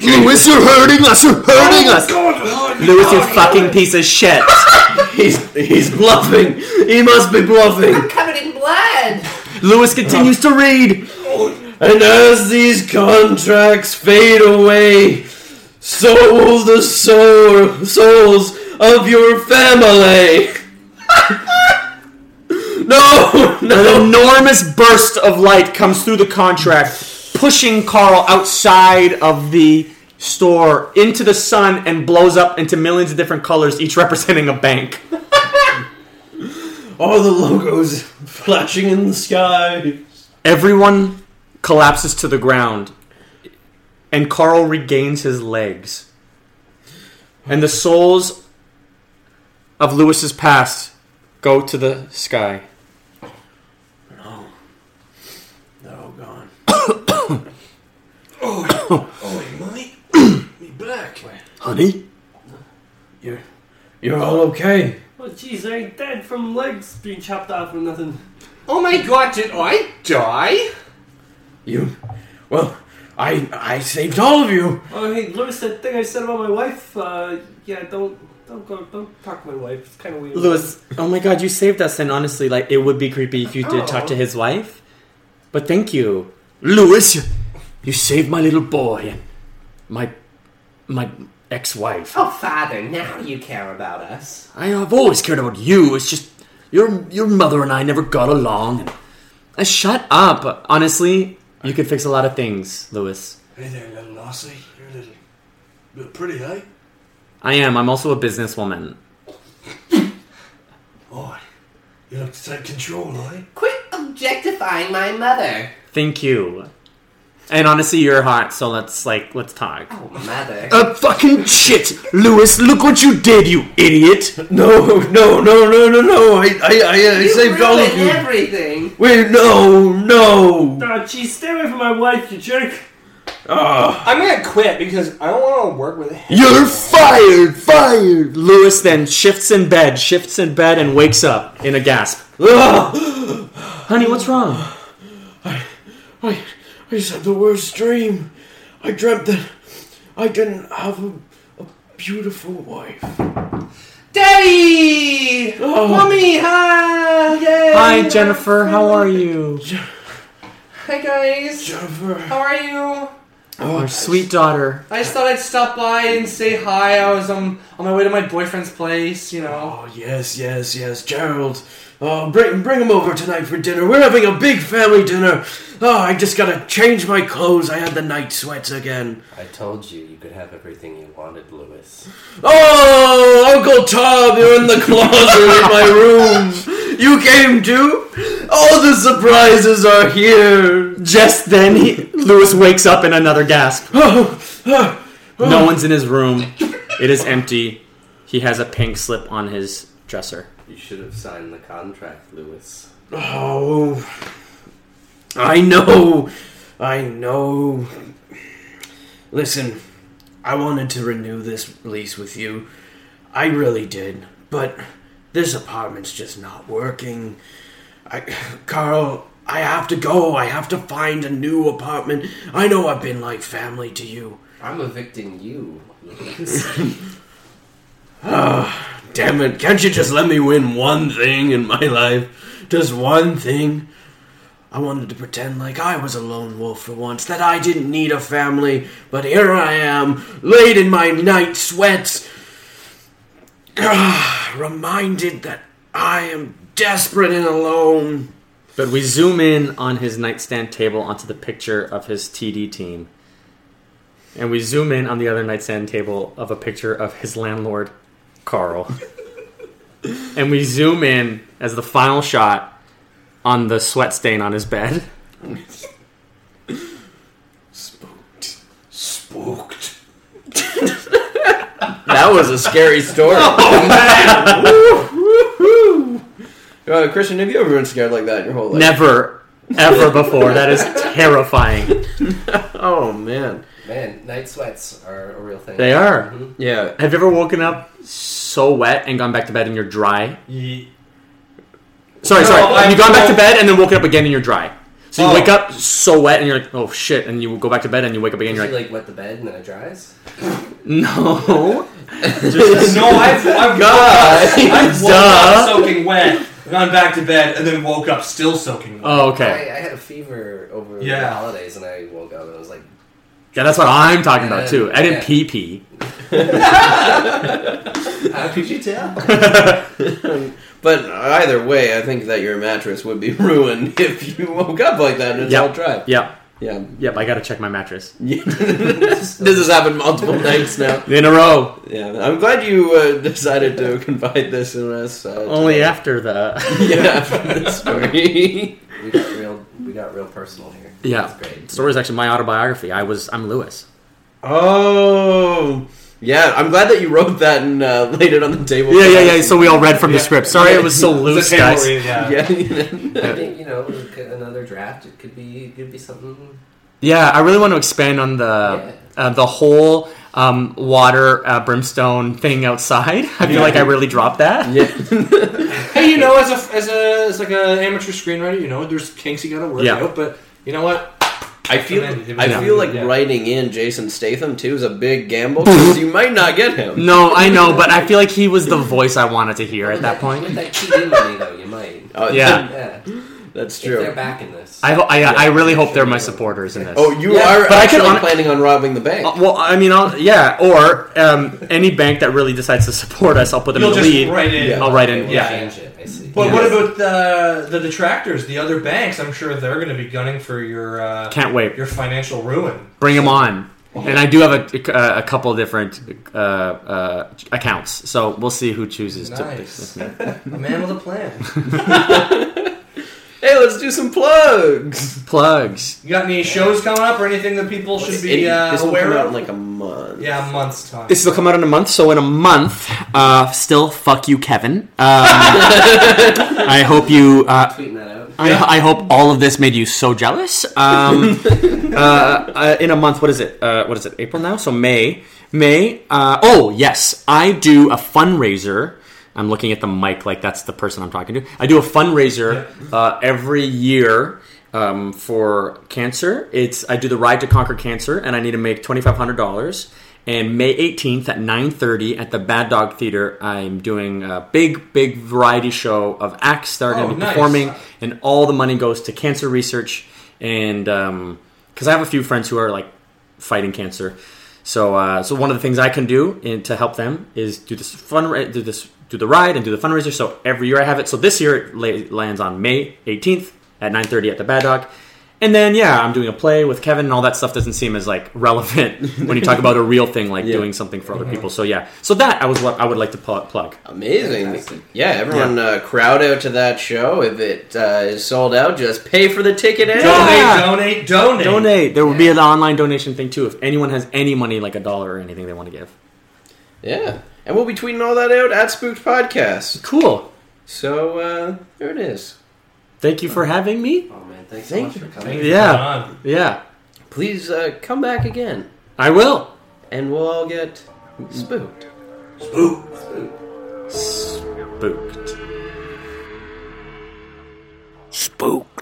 S7: Lewis, you're hurting us. You're hurting us.
S9: God.
S4: Lewis, you fucking piece of shit.
S5: he's, he's bluffing. He must be bluffing.
S4: Lewis continues to read.
S5: And as these contracts fade away, so will the soul, souls of your family. no,
S4: An
S5: no.
S4: enormous burst of light comes through the contract, pushing Carl outside of the store into the sun and blows up into millions of different colors, each representing a bank.
S5: All the logos flashing in the sky.
S4: Everyone collapses to the ground, and Carl regains his legs. And the souls of Lewis's past go to the sky.
S5: They're all gone. Oh,
S11: Oi, mate. me back.
S7: Honey?
S5: You're, you're all okay.
S9: Oh, jeez, I ain't dead from legs being chopped off or nothing.
S1: Oh my god, did I die?
S5: You, well, I I saved all of you.
S9: Oh, hey, Lewis, that thing I said about my wife. Uh, yeah, don't, don't go, don't talk to my wife. It's kind of weird.
S4: Lewis, oh my god, you saved us, and honestly, like, it would be creepy if you did talk to his wife. But thank you.
S7: Lewis, you, you saved my little boy and my my ex-wife.
S1: Oh, father, now you care about us.
S7: I, have always cared about you. It's just your your mother and I never got along. And
S4: Uh, shut up. Honestly, you could fix a lot of things, Lewis.
S11: Hey there, little lassie. You're a little, little pretty, eh?
S4: I am. I'm also a businesswoman.
S11: Oi, you like to take control, eh?
S1: Quit objectifying my mother.
S4: Thank you. And honestly, you're hot, so let's like let's talk.
S1: Oh, mother.
S7: uh, fucking shit, Lewis! Look what you did, you idiot!
S5: No, no, no, no, no, no. I I I, I
S1: you
S5: saved all of
S1: ruined
S5: you.
S1: everything.
S5: Wait, no, no.
S9: Oh, jeez, stay away from my wife, you jerk.
S5: Ah.
S2: I'm gonna quit because I don't want to work with him.
S7: You're fired, fired.
S4: Lewis then shifts in bed, shifts in bed, and wakes up in a gasp.
S5: Ah!
S4: Honey, what's wrong?
S5: I, I just had the worst dream. I dreamt that I didn't have a, a beautiful wife.
S1: Daddy!
S5: Oh,
S1: Mommy, hi! Yay!
S4: Hi, Jennifer. How are you?
S1: Hi guys. How are you?
S11: Oh,
S4: Our sweet daughter.
S2: I just thought I'd stop by and say hi. I was um, on my way to my boyfriend's place, you know.
S5: Oh yes, yes, yes, Gerald. Oh, bring bring him over tonight for dinner. We're having a big family dinner. Oh, I just gotta change my clothes. I had the night sweats again.
S1: I told you you could have everything you wanted, Lewis.
S5: Oh, Uncle Tom, you're in the closet in my room. You came too. All the surprises are here.
S4: Just then, he, Lewis wakes up in another gasp.
S5: Oh, oh,
S4: No one's in his room. It is empty. He has a pink slip on his dresser.
S1: You should have signed the contract, Lewis.
S5: oh. I know. I know. Listen, I wanted to renew this lease with you. I really did, but this apartment's just not working. I, Carl, I have to go. I have to find a new apartment. I know I've been like family to you.
S1: I'm evicting you, Lewis.
S5: Damn it, can't you just let me win one thing in my life? Just one thing? I wanted to pretend like I was a lone wolf for once, that I didn't need a family, but here I am, late in my night sweats, reminded that I am desperate and alone.
S4: But we zoom in on his nightstand table onto the picture of his TD team. And we zoom in on the other nightstand table of a picture of his landlord, Carl. and we zoom in as the final shot on the sweat stain on his bed.
S11: Spooked.
S3: That was a scary story.
S5: Oh,
S3: Woo, woo, woo. Uh, Christian, have you ever been scared like that in your whole life?
S4: Never, ever before. That is terrifying.
S3: Oh man.
S1: Man, night sweats are a real thing.
S4: They are.
S1: Mhm.
S3: Yeah.
S4: Have you ever woken up so wet and gone back to bed and you're dry? Sorry,
S2: No,
S4: sorry.
S2: I've-
S4: you gone back to bed and then woken up again and you're dry. So you
S2: Oh.
S4: wake up so wet and you're like, oh shit, and you go back to bed and you wake up again.
S1: Does
S4: You're
S1: he
S4: like,
S1: like wet the bed and then it dries?
S4: no.
S2: No, I've, I've
S3: God.
S2: I've woken
S4: Duh.
S2: up soaking wet, gone back to bed, and then woke up still soaking wet.
S4: Oh, okay.
S1: I, I had a fever over the
S2: Yeah.
S1: holidays and I woke up and I was like,
S4: Yeah, that's what I'm talking about too. I didn't
S1: Yeah.
S4: pee pee.
S1: how could you tell?
S3: But either way, I think that your mattress would be ruined if you woke up like that and it's
S4: Yep.
S3: all dry.
S4: Yep.
S3: Yeah.
S4: Yep, I gotta check my mattress.
S3: this has happened multiple nights now.
S4: In a row.
S3: Yeah. I'm glad you uh, decided to confide this in us. Uh,
S4: Only
S3: today.
S4: after the
S3: yeah, after this story.
S1: We got real we got real personal here.
S4: Yeah.
S1: It's great.
S4: story's actually my autobiography. I was I'm Lewis.
S3: Oh, yeah. I'm glad that you wrote that and uh, laid it on the table.
S4: Yeah, yeah, yeah. So we all read from the
S2: Yeah.
S4: script. Sorry it was so loose,
S2: It's a table
S4: guys.
S2: read, yeah.
S3: yeah.
S1: I think, you know, it could- another draft, it could be it could be something
S4: Yeah, I really want to expand on the uh, the whole um, water uh, brimstone thing outside. I feel like I really dropped that.
S2: Hey, you know, as a as a as like an amateur screenwriter, you know, there's kinks you gotta work
S4: Yeah.
S2: out. But you know what?
S3: I feel
S2: Recommended.
S3: I feel like
S2: Yeah.
S3: writing in Jason Statham too is a big gamble because you might not get him.
S4: No, I know, but I feel like he was the voice I wanted to hear at that
S1: With
S4: point.
S1: that TV money though, you might.
S3: Uh,
S4: Yeah.
S1: Yeah.
S3: that's
S1: If they're
S3: true.
S1: back in this.
S4: I, ho- I, I really hope they're my supporters in this.
S3: Oh, you
S1: Yeah,
S3: are
S4: but I can
S3: actually
S4: hon-
S3: planning on robbing the bank.
S4: Uh, well, I mean, I'll, yeah, or um, any bank that really decides to support us, I'll put them
S2: You'll
S4: in the
S2: just
S4: lead.
S2: write in.
S3: Yeah.
S4: I'll write
S1: They
S4: in.
S1: will
S4: Yeah,
S1: change it, I see.
S2: But
S4: Yeah.
S2: what about the the detractors, the other banks? I'm sure they're going to be gunning for your uh,
S4: can't wait.
S2: your financial ruin.
S4: Bring them on. And I do have a, a, a couple different uh, uh, accounts, so we'll see who chooses to pick
S2: Nice.
S4: with me.
S2: A man with a plan.
S3: Hey, let's do some plugs.
S4: Plugs.
S2: You got any shows coming up or anything that people should be
S3: Idiot.
S2: uh,
S3: this will
S2: aware
S3: come
S2: of?
S3: out in like a month.
S2: yeah, a month's time.
S4: This will come out in a month, so in a month, uh, still fuck you, Kevin. Um, I hope you uh,
S1: tweeting that out.
S4: I, I hope all of this made you so jealous. Um, uh, uh, in a month, what is it? Uh, what is it? April now? So May. May. Uh, oh yes, I do a fundraiser. I'm looking at the mic like that's the person I'm talking to. I do a fundraiser uh, every year um, for cancer. It's I do the Ride to Conquer Cancer, and I need to make twenty five hundred dollars. And May 18th at 9:30 at the Bad Dog Theater, I'm doing a big, big variety show of acts that are going
S2: Oh,
S4: to be
S2: nice.
S4: performing and all the money goes to cancer research and because I have a few friends who are like fighting cancer, so uh, so one of the things I can do in, to help them is do this fund do this do the ride and do the fundraiser. So every year I have it. So this year it la- lands on May 18th at 9:30 at the Bad Dog. And then yeah, I'm doing a play with Kevin and all that stuff doesn't seem as like relevant when you talk about a real thing like doing something for other people. So yeah. So that I was what I would like to pu- plug.
S3: Amazing.
S1: Fantastic.
S3: Yeah, everyone Uh, crowd out to that show. If it uh, is sold out, just pay for the ticket. and-
S4: Yeah.
S2: Donate, donate, donate.
S4: Donate. There will be an online donation thing too if anyone has any money like a dollar or anything they want to give.
S3: Yeah. And we'll be tweeting all that out at Spooked Podcast.
S4: Cool.
S3: So uh, there it is.
S4: Thank you for having me.
S1: Oh man, thanks
S3: Thank
S1: so much for coming.
S4: Yeah. Yeah.
S3: Please uh, come back again,
S4: I will.
S3: and we'll all get spooked.
S4: Spooked.
S7: Spooked.